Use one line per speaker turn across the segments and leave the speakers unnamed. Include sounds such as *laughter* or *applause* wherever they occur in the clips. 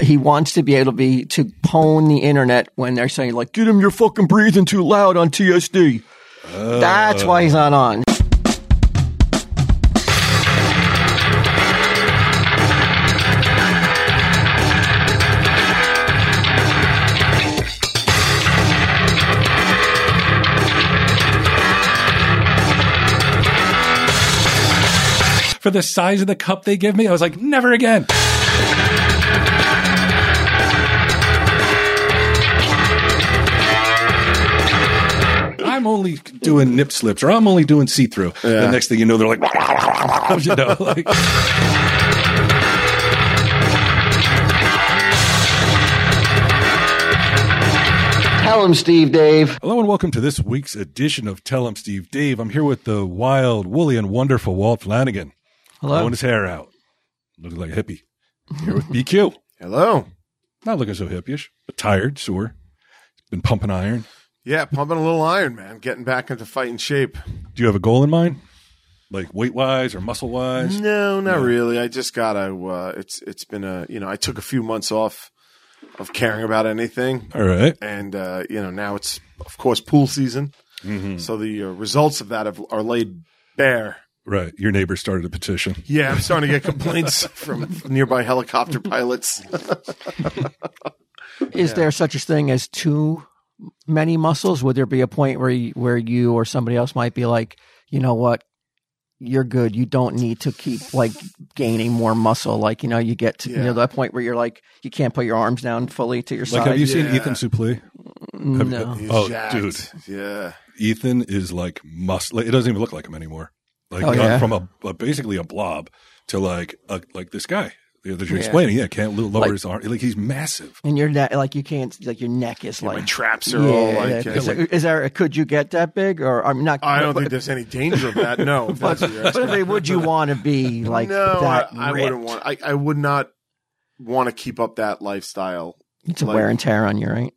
he wants to be able to be to pwn the internet when they're saying like, "Get him, you're fucking breathing too loud on TSD." That's why he's not on.
For the size of the cup they give me, I was like, never again. I'm only doing nip slips, or I'm only doing see through. The next thing you know, they're like, *laughs* you know, like
Tell him, Steve, Dave.
Hello and welcome to this week's edition of Tell 'em Steve Dave. I'm here with the wild, woolly, and wonderful Walt Flanagan.
Hello.
Blowing his hair out. Looking like a hippie. Here with BQ.
Hello.
Not looking so hippie-ish, but tired, sore. Been pumping iron.
Yeah, pumping a little iron, man. Getting back into fighting shape.
Do you have a goal in mind? Like weight wise or muscle wise?
No, not really. I just gotta. Uh, it's it's been a you know I took a few months off of caring about anything,
Mm-hmm. All right.
and uh, you know now it's of course pool season. So the uh, results of that have, are laid bare.
Right. Your neighbor started a petition.
Yeah, I'm starting to get complaints *laughs* from nearby helicopter *laughs* pilots. Oh,
Is there such a thing as too many muscles? Would there be a point where you, where you or somebody else might be like, you know what, you're good. You don't need to keep like gaining more muscle. Like you know, you get to you know
Yeah.
that point where you're like, you can't put your arms down fully to your
Like,
side.
have you seen
Yeah.
Ethan Suplee? Have you-
no.
He's
oh,
jacked.
dude.
Yeah.
Ethan is like must. Like, it doesn't even look like him anymore. Like
Oh,
gone
yeah?
from a, a basically a blob to like a, like this guy that you're
Yeah.
explaining. Yeah, can't lo- lower
Like-
his arm. Like he's massive.
and your neck, like you can't, like your neck is
My
like.
traps are
yeah,
all like.
yeah.
uh,
is, there, is there? Could you get that big? Or I'm not.
I don't
but-
think there's any danger of that. *laughs* No. if that's what you're
But I mean, would you want to be like
no,
that?
I, I
ripped?
wouldn't want. I, I would not want to keep up that lifestyle.
It's a
like-
wear and tear on your right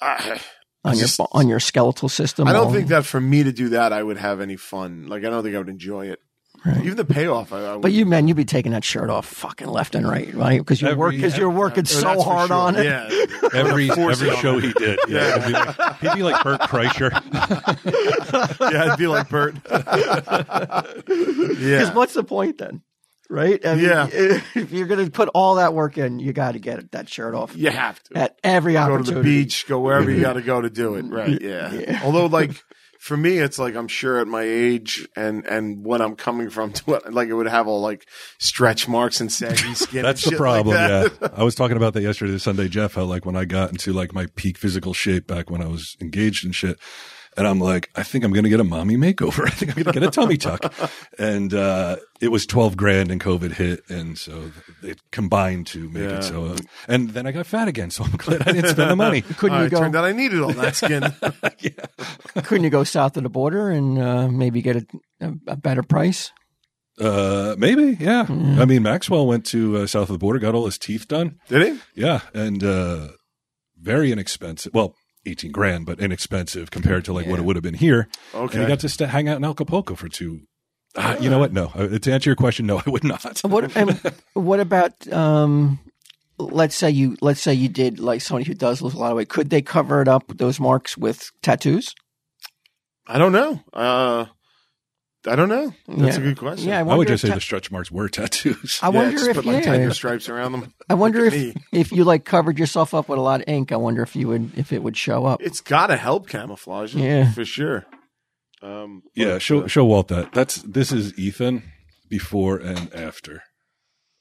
I,
on your
Just-
bo- on your skeletal system.
I don't
all-
think that for me to do that, I would have any fun. Like I don't think I would enjoy it.
Right.
Even the payoff, I, I would.
But you, man, you'd be taking that shirt off fucking left and right, right? Because you
Every-
work, because you're working
That's
so
for
hard
sure.
on it.
Yeah.
Every
Force
every
it on
show
him.
he did, yeah, it'd be like- he'd be like Bert Kreischer.
yeah, I'd be like
*laughs*
Bert. *laughs*
Because
yeah.
what's the point then, right? I mean,
Yeah.
*laughs* If you're gonna put all that work in, you got to get that shirt off
you have to.
at every
go
opportunity.
to the beach, go wherever you got to go to do it. Right. Yeah. Although, like, for me, it's like I'm sure at my age and and what I'm coming from *laughs* to it, like it would have all like stretch marks and saggy skin. and
That's the
shit
problem.
Like that.
yeah, I was talking about that yesterday, Sunday, Jeff. How like when I got into like my peak physical shape back when I was engaged and shit, and I'm like, I think I'm gonna get a mommy makeover. *laughs* I think I'm gonna get a tummy tuck, and uh, it was twelve grand, and COVID hit, and so it combined to make
Yeah.
it so. uh, and then I got fat again, so I'm *laughs* glad I didn't spend the
*laughs*
money.
Couldn't
Uh,
you
it turned
go?
out I needed all that skin.
Couldn't you go south of the border and uh, maybe get a, a, a better price?
Uh, maybe, yeah. I mean, Maxwell went to uh, south of the border, got all his teeth done.
*laughs* Did he?
Yeah, and uh, very inexpensive. Well, eighteen grand, but inexpensive compared to like what it would have been here. And
Okay.
he got to st- hang out in Acapulco for two. Uh, you know what? No, Uh, to answer your question, no, *laughs* I would not.
What and what about um, let's say you let's say you did like somebody who does lose a lot of weight? Could they cover it up those marks with tattoos?
I don't know. Uh, I don't know. That's
Yeah.
a good question.
Yeah, I
I would
wonder.
just say
if ta-
the stretch marks were
*laughs*
tattoos.
I wonder
just
if
put like
yeah.
tiger stripes around them.
I wonder
Look
if
at me.
if you like covered yourself up with a lot of ink. I wonder if you would if it would show up.
It's got to help camouflage. it,
Yeah.
for sure. Um,
yeah,
but,
show
uh,
show Walt that. That's this is Ethan before and after,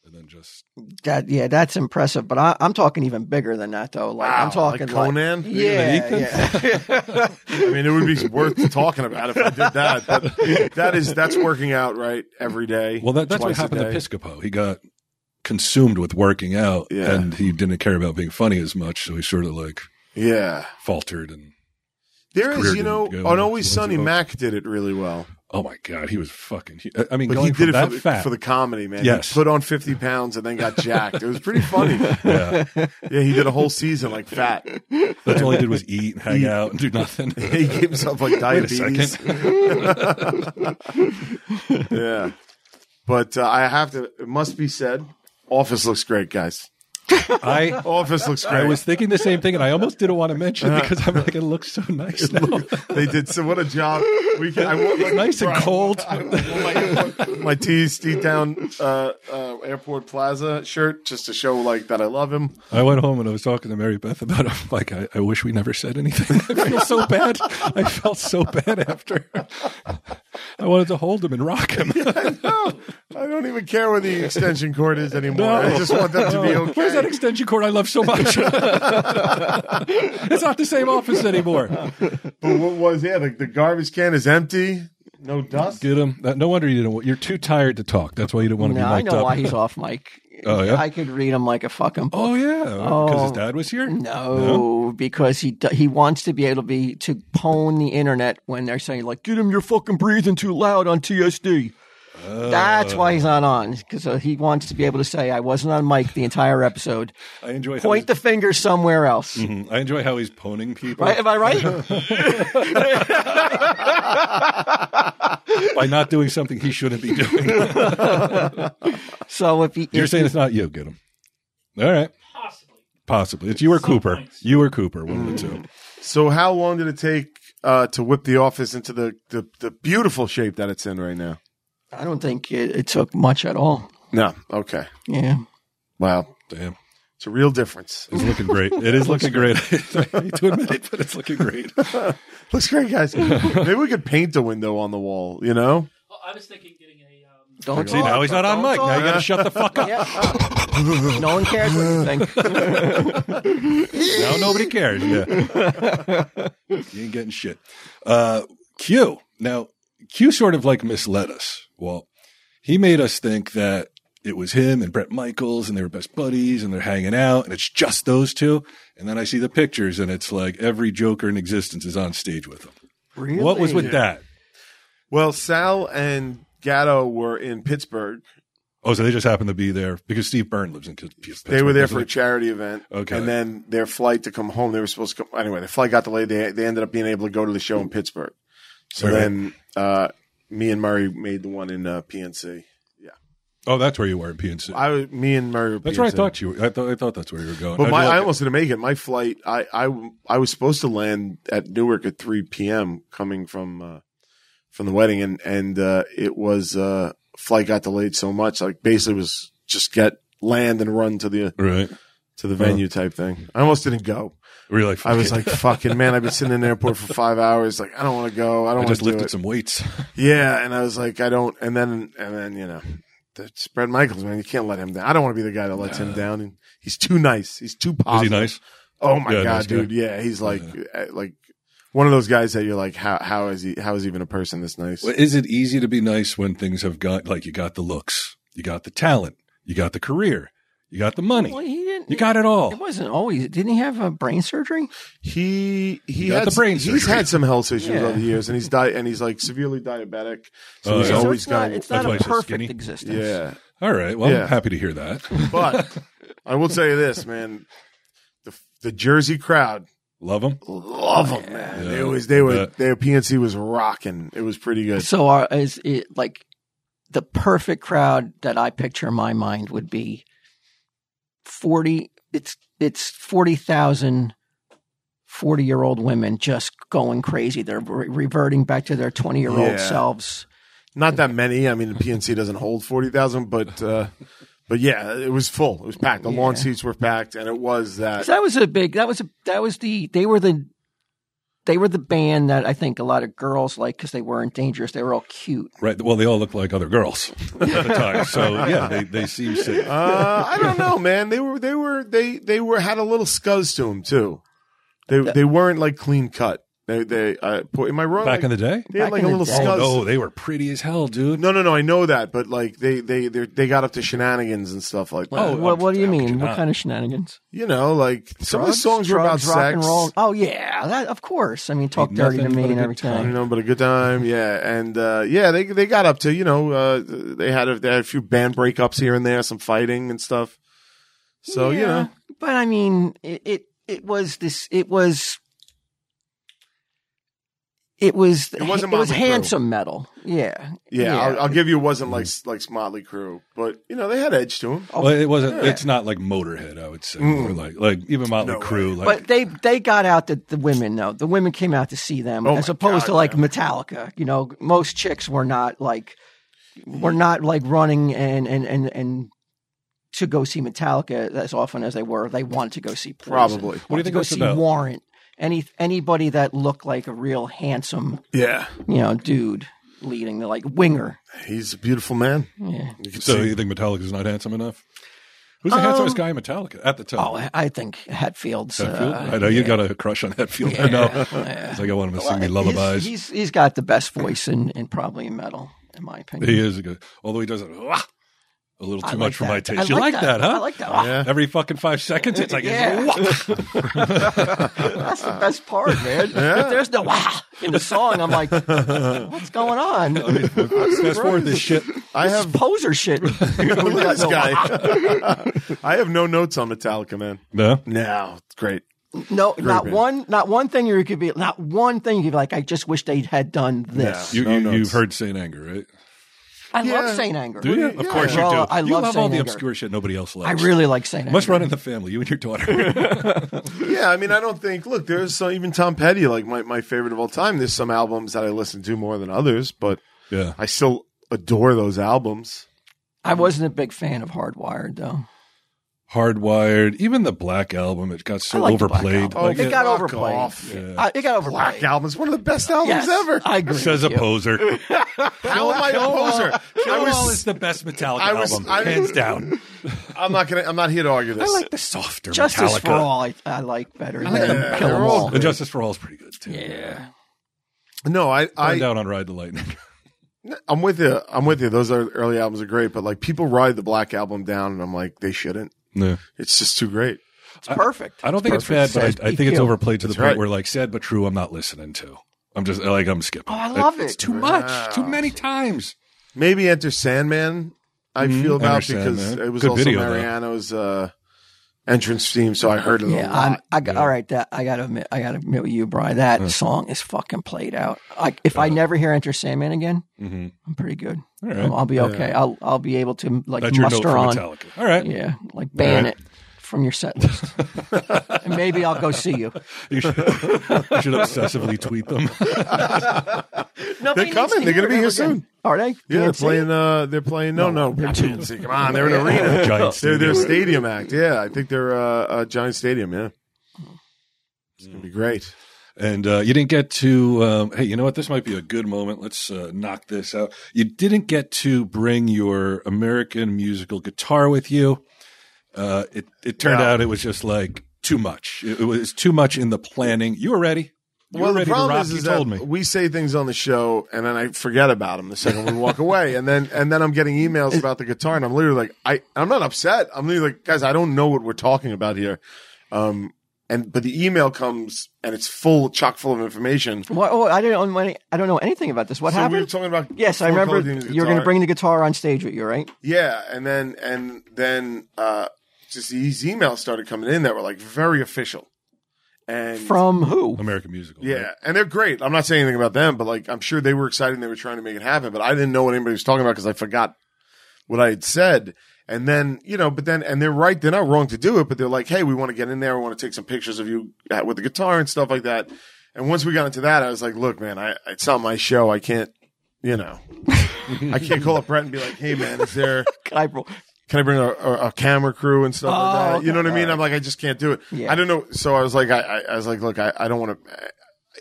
and then just
That yeah, that's impressive. But I, I'm talking even bigger than that though. Like I'm
Wow,
talking
like Conan?
Like,
Bigger
yeah,
than
yeah.
I mean, it would be worth talking about if I did that. But that is that's working out right every day.
well, that, that's what
twice a
happened to
day.
Piscopo. He got consumed with working out,
Yeah.
and he didn't care about being funny as much, so he sort of like
Yeah,
faltered and
there
career
is you know
didn't go
on Always
as
Sunny.
well.
Mac did it really well,
Oh my god, he was fucking. hu- I mean,
but
going
he did it
from that
for the,
fat.
for the comedy man.
Yes.
He put on fifty pounds and then got jacked. It was pretty funny.
*laughs* yeah,
yeah, he did a whole season like fat.
that's all he did was eat
*laughs*
and hang
Eat.
out and do
*laughs*
nothing. *laughs*
he gave himself like
a
diabetes. *laughs* yeah, but uh, I have to. It must be said. Office looks great, guys.
I
Office looks
*laughs* I
great. *laughs*
was thinking the same thing, and I almost didn't want to mention
Uh-huh.
it because I'm like, it looks so nice now.
they did so. What a job! We can, I want,
It's
like,
*laughs* nice and cold.
*laughs* my, my TST down uh, uh, Airport Plaza shirt just to show like that I love him.
I went home and I was talking to Mary Beth about it. I'm like, I, I wish we never said anything. *laughs* I feel so bad. I felt so bad after. *laughs* I wanted to hold him and rock
*laughs*
him.
No, I don't even care where the extension cord is anymore. I just want them to be *laughs* okay.
Where's that extension cord I love so much? *laughs* it's not the same office anymore.
but what was yeah? The, the garbage can is empty. No dust.
Get him. That- No wonder you didn't. want- You're too tired to talk. That's why you didn't want to
No,
be
I
mic'd
know
up.
why
*laughs*
he's off mic.
Oh, yeah?
I could read him like a fucking book.
oh yeah, because his
Oh.
dad was here.
No, because he do- he wants to be able to be to pwn the internet when they're saying like, "Get him, you're fucking breathing too loud on TSD." That's
Uh.
why he's not on because uh, he wants to be able to say, "I wasn't on mic the entire episode."
I enjoy.
Point the finger somewhere else.
*laughs* how he's, I enjoy how he's poning people
Right? *laughs* Am I right?
*laughs* by not doing something he shouldn't be
*laughs*
doing.
so if he,
You're
if
saying it's not you. Get him. All right.
Possibly.
Possibly. It's you or Cooper. You or Cooper, one of the two.
So how long did it take uh, to whip the office into the, the the beautiful shape that it's in right now?
I don't think it, it took much at all.
No. Okay.
Yeah.
Wow.
Damn.
It's a real difference.
It's looking great. It is looking great. *laughs* I hate to admit it, but it's
*laughs*
looking great.
Looks great, guys. *laughs* Maybe we could paint a window on the wall. You know.
Well, I was thinking getting a. Um,
Don't
See, now he's not on
Don't
mic. Now you
talk.
got to shut the fuck up.
Yeah. no one cares what you think.
Now nobody cares. Yeah. *laughs* you ain't getting shit. Uh, Q. Now, Q sort of like misled us. Well, he made us think that it was him and Brett Michaels and they were best buddies and they're hanging out and it's just those two. And then I see the pictures and it's like every Joker in existence is on stage with them.
Really?
What was with that?
Well, Sal and Gatto were in Pittsburgh.
Oh, so they just happened to be there because Steve Byrne lives in P- Pittsburgh.
they were there
doesn't
for a
he?
charity event.
Okay.
And then their flight to come home, they were supposed to come. Anyway, the flight got delayed. They, they ended up being able to go to the show in Pittsburgh. So
All right.
then uh, me and Murray made the one in uh, PNC.
Oh, that's where you were in PNC.
I was- me and Murray. Were
that's where I
PNC.
thought you were. I thought I thought that's where you were going.
But
How'd
my,
you like
I
it?
almost didn't make it. My flight, I, I, I was supposed to land at Newark at 3 p.m. coming from uh, from the wedding, and and uh, it was uh, flight got delayed so much. Like basically was just get land and run to the
right.
to the venue type thing. I almost didn't go.
Were you like?
I was
"Fuck
like, fucking man, I've been sitting in the airport for five hours. Like, I don't want to go. I
it." I
don't want
just
to do
lifted
it.
some weights.
Yeah, and I was like, I don't. And then, and then, you know, that's Brett Michaels, man, you can't let him down. I don't want to be the guy that lets him down. And he's too nice. He's too
Was he
positive.
nice?
Oh my
Yeah,
god,
nice guy.
dude. Yeah, he's like, uh, like one of those guys that you're like, how how is he? How is even a person this nice?
Well, Is it easy to be nice when things have got like you got the looks, you got the talent, you got the career, you got the
Well,
money,
he didn't.
you got it
It
all?
wasn't always. Didn't he have a brain surgery?
He he
He got
had
the brain
he's
surgery.
had some health issues
Yeah.
over the years, and he's di- and he's like severely diabetic.
Oh,
So Uh, he's
yeah. So
always
it's not,
got
it's
That's
not
why
a
he's so
perfect
skinny.
existence.
yeah.
All right. Well,
Yeah.
I'm happy to hear that.
But I will tell you this, man. The the Jersey crowd
Love him.
love them, man.
Yeah.
They was they were
Yeah.
their PNC was rocking. It was pretty good.
So are, is it like the perfect crowd that I picture in my mind would be forty. It's it's forty thousand. 40 year old women just going crazy. They're re- reverting back to their 20 year old
Yeah.
selves.
Not that many. I mean, the PNC doesn't hold forty thousand, but uh, but yeah, it was full. It was packed. The lawn
Yeah.
seats were packed, and it was that.
'Cause that was a big, that was, a, that was the, they were the, they were the band that I think a lot of girls like because they weren't dangerous. They were all cute.
Right. Well, they all look like other girls *laughs* at the time. So yeah, they, they seem safe.
uh, I don't know, man. They were they were they they were had a little scuzz to them too. They they weren't like clean cut. They they uh, boy, am I wrong?
Back in the day.
they had
Back
like
in
a
the
little
day.
Oh
scuzz.
no, they were pretty as hell, dude.
No, no, no. I know that, but like they they they they got up to shenanigans and stuff like that.
Oh,
what, what do you
how could you
mean? What
not?
kind of shenanigans?
You know, like some of the
Drugs?
songs were about
Drugs, rock
sex.
and roll. Oh yeah, that, of course. I mean, talk
Ain't
dirty to
nothing
me
but a
and
good
You
everything.
know, but a good time, yeah, and uh, yeah, they they got up to you know uh, they had a, they had a few band breakups here and there, some fighting and stuff. So you know,
but I mean, it, it it was this. It was It was
It wasn't
it was
Motley Crue.
handsome metal. Yeah.
Yeah, I'll, I'll give you. It wasn't like like Motley Crue, but you know they had edge to them.
Well, it wasn't. It's not like Motorhead. I would say, Or like like even Motley
Mm. No
Crue. Like
but they they got out the, the women though. The women came out to see them
Oh
as
my
opposed
God,
to like Metallica. You know, most chicks were not like were not like running and and and and to go see Metallica as often as they were. They wanted to go see Poison,
Probably.
What do you think? Go
that's
see
about?
Warrant. Any anybody that looked like a real handsome
Yeah,
you know dude leading the like winger.
he's a beautiful man.
Yeah.
You can
so
see-
you think Metallica's not handsome enough? Who's the
Um,
handsomest guy in Metallica at the time?
Oh, I- I think Hatfield's.
Hetfield?
uh,
I know you got a crush on Hetfield. *laughs* I know. It's like I want him to sing me
Well, he's-
lullabies.
He's he's got the best voice in, in probably metal, in my opinion.
he is a good, although he does it "Wah!" a little too
I like
much for
that.
my
I
taste. You like that, huh?
I like that.
yeah.
Every fucking five seconds, it's like
Yeah. *laughs*
it's, "Wah!"
That's the best part, man. If there's no wow in the song, I'm like, what's going on?
*laughs*
This
fast forward this shit.
I
is *laughs*
have
poser shit.
look
*laughs*
*laughs* at this guy. *laughs* I have no notes on Metallica, man.
No,
No, it's great.
No, not
band.
one, not one thing you could be, not one thing you could be like. I just wish they had done this.
you,
No
you
notes.
you've heard Saint Anger, right?
I
Yeah.
love Saint Anger.
Do you? Of course you
I
do.
love- I
you
love
love all
Saint
the
Anger.
obscure shit nobody else
I
likes.
really like Saint
must
Anger.
run in the family. You and your daughter.
*laughs*
Yeah, I mean, I don't think. Look, there's some, even Tom Petty, like my, my favorite of all time. There's some albums that I listen to more than others, but
yeah.
I still adore those albums.
I wasn't a big fan of Hardwired though.
Hardwired, even the Black Album, it got
I
so
like the Black
overplayed.
Album. Oh,
Like,
it got
fuck
overplayed.
off.
I, it got overplayed.
Black albums, one of the best albums
Yes,
*laughs*
ever.
I agree.
says a
with you.
poser.
*laughs*
How am I a poser? I
Kill All is the best Metallica
I was-
album,
I-
hands down.
I'm not gonna. I'm not here to argue this.
I like the softer
Justice
Metallica.
for All, I, I like better than
them.
Kill
They're
'Em
all
All.
And Justice for All is pretty good too.
Yeah.
no, I.
Burned
I
out on Ride the Lightning.
I'm with you. I'm with you. Those are early albums are great, but like people ride the Black album down, and I'm like, they shouldn't.
no.
It's just too great.
It's perfect.
I don't think
perfect.
it's bad, but I, I think it's
EQ.
overplayed to the
That's
point
right.
where like sad but true, I'm not listening to. I'm just like I'm skipping.
Oh, I love
It's
it.
too much, too many times.
Maybe Enter Sandman. I feel about
Hmm, Enter
because
Sandman.
it was
Good
also
video, though.
Mariano's uh, entrance theme, so I heard it a
Yeah,
lot.
I'm, I got all right. That I gotta admit, I gotta admit with you, Brian. That song is fucking played out. I, if I never hear Enter Sandman again,
Mhm.
I'm pretty good.
All right.
I'll, I'll be okay. I'll I'll be able to like
That's your note for
muster on.
Metallica. All right,
Yeah, like ban
right.
it from your set list, and maybe I'll go see *laughs* you.
you, should, *laughs* you should obsessively
*laughs*
tweet them.
Nobody
They're
needs
coming.
to hear
They're gonna be
it
here
again.
soon.
Are they?
yeah, they're
Can't see it?
playing. Uh, they're playing. No, no, PNC. Come on, they're in an arena. *laughs*
Giant
They're
stadium.
their stadium act. Yeah, I think they're uh, uh, Giant Stadium. Yeah, it's gonna be great.
And uh, you didn't get to. Um, hey, you know what? This might be a good moment. Let's uh, knock this out. You didn't get to bring your American musical guitar with you. Uh, it it turned
Yeah.
out it was just like too much. It, it was too much in the planning. You were ready. You were ready to rock. you told me.
we say things on the show and then I forget about them the second we walk away, and then and then I'm getting emails about the guitar, and I'm literally like, I I'm not upset. I'm literally like, guys, I don't know what we're talking about here. Um, and but the email comes and it's full, chock full of information.
What, oh, I don't know. any- I don't know anything about this. What
So we were
happened?
talking about
yes, I
Ford
remember
Color Dean's
you were going to
guitar.
bring the guitar on stage with you, right?
Yeah, and then and then uh, just these emails started coming in that were like very official, and
From
*laughs*
who?
American musical.
yeah, and they're great. I'm not saying anything about them, but like I'm sure they were excited and they were trying to make it happen, but I didn't know what anybody was talking about because I forgot what I had said. And then you know, but then and they're right; they're not wrong to do it. But they're like, hey, we want to get in there. We want to take some pictures of you at- with the guitar and stuff like that. And once we got into that, I was like, look, man, I it's not my show. I can't, you know, I can't call up Brett and be like, hey, man, is there?
Can I bro-
can I bring a, a, a camera crew and stuff like
Oh,
that? You know what
okay.
I mean? I'm like, I just can't do it.
Yeah.
I don't know. So I was like, I, I, I was like, look, I, I don't want to.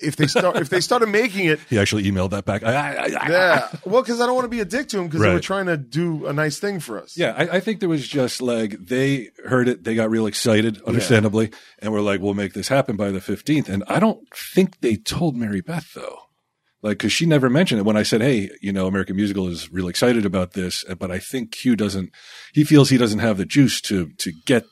If they start, if they started
*laughs*
making it,
He actually emailed that back. I, I, I, I-
yeah. Well, because I don't want to be a dick to them because they were
Right.
trying to do a nice thing for us.
Yeah, I, I think there was just like they heard it, they got real excited, understandably, and were like, "We'll make this happen by the 15th." And I don't think they told Mary Beth though, like because she never mentioned it when I said, "Hey, you know, American Musical is real excited about this," uh, but I think Q doesn't. He feels he doesn't have the juice to to get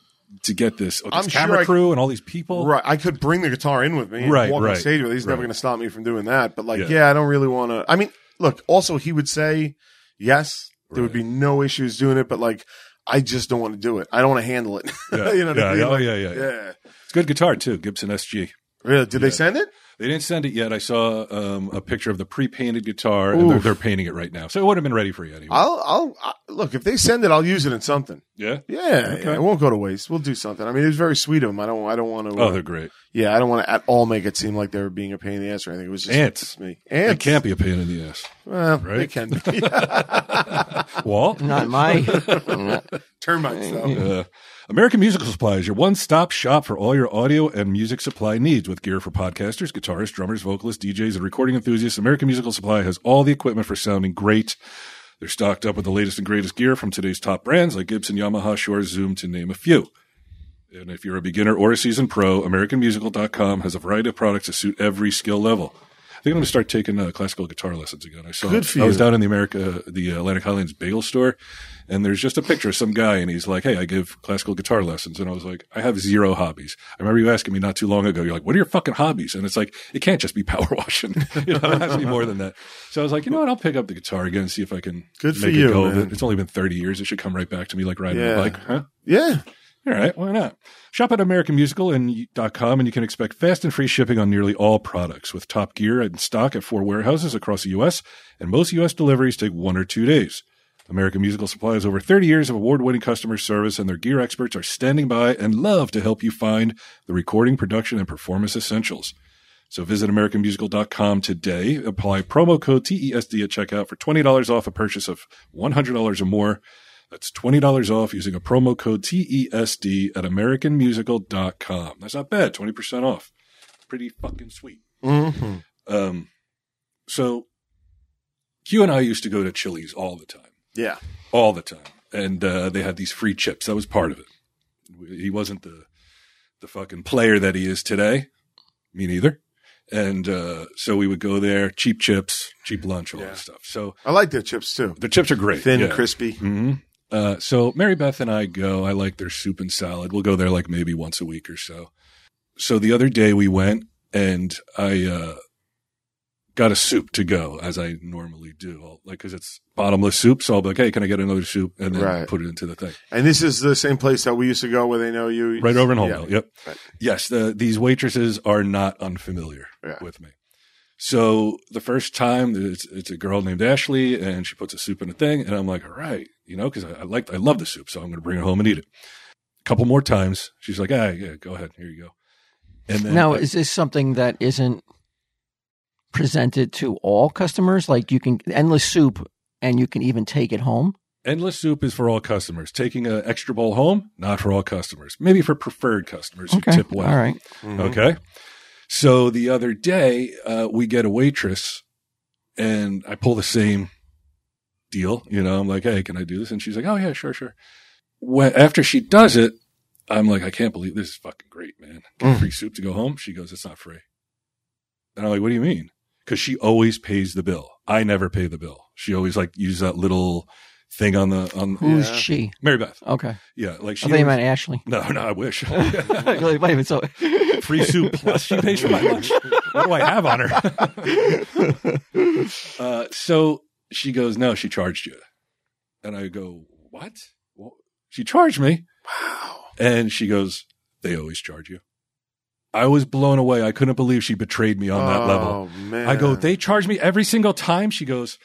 to get this, oh, this
I'm sure
camera
I-
crew and all these people.
Right. I could bring the guitar in with me. and
Right,
Walk on
right,
stage with it. He's never
right.
going to stop me from doing that. But like,
Yeah.
yeah, I don't really want to. I mean, look. Also, he would say yes. There would be no issues doing it. But like, I just don't want to do it. I don't want to handle it.
Yeah.
*laughs* you know what
Yeah,
I mean?
yeah, oh,
Like,
yeah, yeah, yeah.
yeah.
It's good guitar too, Gibson SG.
Really? Did they send it?
They didn't send it yet. I saw um, a picture of the pre-painted guitar, and they're,
Oof. Uh,
they're painting it right now. So it would have been ready for you anyway.
I'll, I'll I, look. If they send it, I'll use it in something.
yeah.
Yeah,
Okay.
yeah, it won't go to waste. We'll do something. I mean, it was very sweet of them. I don't, I don't want to.
Oh, they're great.
yeah, I don't want to at all make it seem like they were being a pain in the ass or anything. It was just
Ants.
just me.
It
Ants.
can't be a pain in the ass.
Well, they
right?
can be. *laughs*
Walt?
Not my.
Termites, though.
Uh, American Musical Supply is your one stop shop for all your audio and music supply needs with gear for podcasters, guitarists, drummers, vocalists, DJs, and recording enthusiasts. American Musical Supply has all the equipment for sounding great. They're stocked up with the latest and greatest gear from today's top brands like Gibson, Yamaha, Shure, Zoom, to name a few. And if you're a beginner or a seasoned pro, AmericanMusical.com has a variety of products to suit every skill level. I think I'm going to start taking uh, classical guitar lessons again. I saw
Good for
I was
you.
down in the America, the Atlantic Highlands Bagel Store, and there's just a picture of some guy, and he's like, "Hey, I give classical guitar lessons," and I was like, "I have zero hobbies." I remember you asking me not too long ago. You're like, "What are your fucking hobbies?" And it's like, it can't just be power *laughs* washing. you know, it has to be more than that. So I was like, you know what? I'll pick up the guitar again and see if I can
Good for
make
you,
it go. of
man.
it. It's only been 30 years. It should come right back to me like riding
Yeah.
a bike, huh?
Yeah.
All right, why not? Shop at AmericanMusical.com and you can expect fast and free shipping on nearly all products with Top Gear in stock at four warehouses across the U.S., and most U.S. deliveries take one or two days. American Musical Supply has over 30 years of award winning customer service, and their gear experts are standing by and love to help you find the recording, production, and performance essentials. So visit AmericanMusical.com today. Apply promo code TESD at checkout for $20 off a purchase of $100 or more. That's $20 off using a promo code TESD at AmericanMusical.com. That's not bad. 20% off. Pretty fucking sweet.
Mm-hmm.
Um, so Q and I used to go to Chili's all the time,
Yeah.
all the time. And, uh, they had these free chips. That was part of it. He wasn't the, the fucking player that he is today. Me neither. And, uh, so we would go there, cheap chips, cheap lunch, all
Yeah.
that stuff. So
I like their chips, too.
the chips are great.
Thin,
yeah.
crispy.
hmm Uh, so Mary Beth and I go. I like their soup and salad. We'll go there like maybe once a week or so. So the other day we went and I uh, got a soup to go as I normally do, I'll, like because it's bottomless soup. So I'll be like, hey, can I get another soup? And then
Right.
put it into the thing
And this is the same place that we used to go where they know you.
right over in
Yeah.
Holmdel. Yep.
Right.
Yes, the, these waitresses are not unfamiliar
Yeah.
with me. So the first time, it's, it's a girl named Ashley, and she puts a soup in a thing, and I'm like, all right, you know, because I, I like I love the soup, so I'm going to bring it home and eat it. A couple more times, she's like, ah, yeah, go ahead, here you go. And then
now,
I-
is this something that isn't presented to all customers? Like you can endless soup, and you can even take it home.
endless soup is for all customers. Taking an extra bowl home, not for all customers. Maybe for preferred customers who
Okay,
tip well.
all right.
Mhm.
Mm-hmm. Okay. So the other day, uh, we get a waitress and I pull the same deal. You know, I'm like, Hey, can I do this? And she's like, Oh yeah, sure, sure. When, after she does it, I'm like, I can't believe this is fucking great, man. Get
Mm.
free soup to go home. She goes, it's not free. And I'm like, what do you mean? Cause she always pays the bill. I never pay the bill. She always like use that little thing on the, on
Who's
Yeah.
she?
Mary Beth.
Okay,
Yeah. Like
I
she,
thought you
always-
meant Ashley.
*laughs* no, no,
*laughs*
I wish.
Wait a minute, so
free soup plus she pays
*laughs*
for my lunch. What do I have on her? *laughs* uh, so she goes, no, she charged you. And I go, what? Well, she charged me.
Wow.
And she goes, they always charge you. I was blown away. I couldn't believe she betrayed me on that level.
Oh, man.
I go, they charge me every single time. She goes,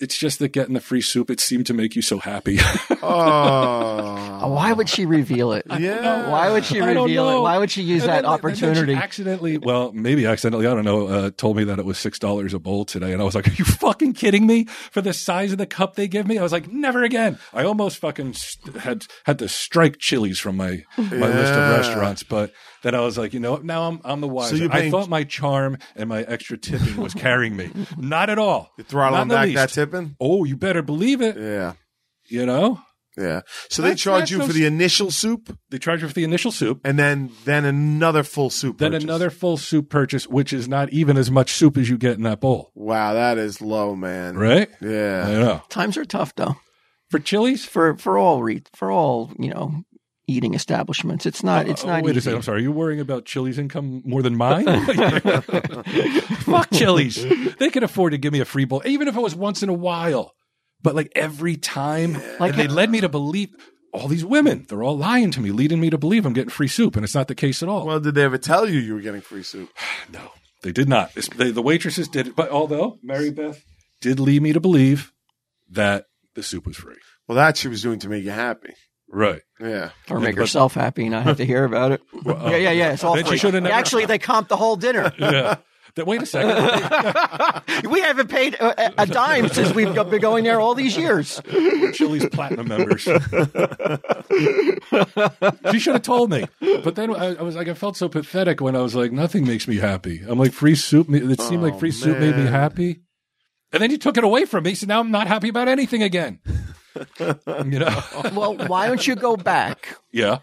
it's just that getting the free soup, it seemed to make you so happy.
*laughs*
*laughs*
Oh.
Oh, why would she reveal it?
Yeah.
Why would she
I don't
reveal it?
know.
Why would she use
And
that
then- and then she
opportunity?
accidentally, well, maybe accidentally, I don't know, uh, told me that it was $6 a bowl today. And I was like, are you fucking kidding me for the size of the cup they give me? I was like, never again. I almost fucking st- had, had to strike Chili's from my, my list
Yeah.
of restaurants. But then I was like, you know what? Now I'm, I'm the wiser.
you're
I
paying-
thought my charm and my extra tipping was carrying me. Not at all.
You throttle
Not in
them
the
back
least.
that tipping?
Oh, you better believe it.
Yeah.
You know,
Yeah. So they
That's-
charge
that's
you
so
for the initial soup
they charge you for the initial soup.
and then then another full soup.
Then
purchase.
another full soup purchase, which is not even as much soup as you get in that bowl,
Wow, that is low, man.
right? I
Yeah.
know.
Times are tough though
For Chili's?
for for all re- for all you know eating establishments. It's not it's
Oh,
not
wait a
easy.
second. I'm sorry. You're worrying about Chili's income more than
*laughs*
mine? Fuck Chili's. They could afford to give me a free bowl, even if it was once in a while. But like every time,
Like-
and they led me to believe. all these women, they're all lying to me, leading me to believe I'm getting free soup. And it's not the case at all.
Well, did they ever tell you you were getting free soup?
No, they did not. It's- they- the waitresses did it. But although Mary Beth did lead me to believe that the soup was free.
Well, that she was doing to make you happy.
Right.
Yeah.
Or
Yeah,
make
but-
herself happy and I have to hear about it.
*laughs* Well,
yeah, yeah, yeah. It's all
Then she
free.
shoulda never-
Actually, they comped the whole
*laughs*
dinner. *laughs*
Yeah. That, wait a second.
we haven't paid a, a dime since we've go- been going there all these years.
Chili's platinum members. she should have told me. But then I, I was like, I felt so pathetic when I was like, nothing makes me happy. I'm like, free soup. ma- It seemed like
Oh,
free soup made me
man.
happy. And then you took it away from me. So now I'm not happy about anything again. you know?
*laughs*
Well, why don't you go back?
yeah.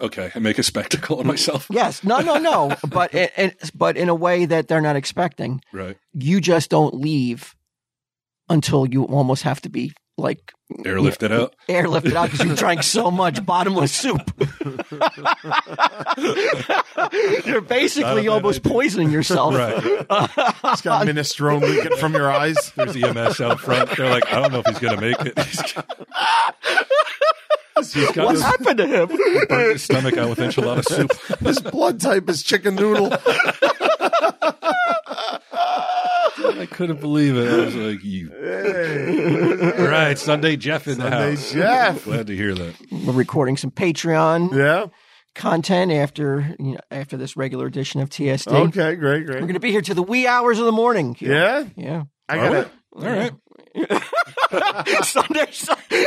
Okay. I make a spectacle of myself.
Yes, no, no, no. But in, in, but in a way that they're not expecting.
Right.
You just don't leave until you almost have to be like
Airlifted out.
airlifted out because you drank so much bottomless soup. *laughs* You're basically almost poisoning yourself.
Right.
It's got minestrone leaking from your eyes.
There's EMS out front. They're like, I don't know if he's going to make it. *laughs* He's got, he's got
What
his,
happened to him?
burnt his stomach out with enchilada soup.
His blood type is chicken noodle.
I couldn't believe it. I was like, you. All *laughs* right, Sunday Jeff in
Sunday
the house.
Jeff.
Glad to hear that.
We're recording some Patreon
Yeah.
content after you know, after this regular edition of TSD.
Okay. Great.
We're
Great.
going to be here to the wee hours of the morning.
Yeah.
Yeah.
I
All
got
right.
it.
All right.
*laughs* Sunday,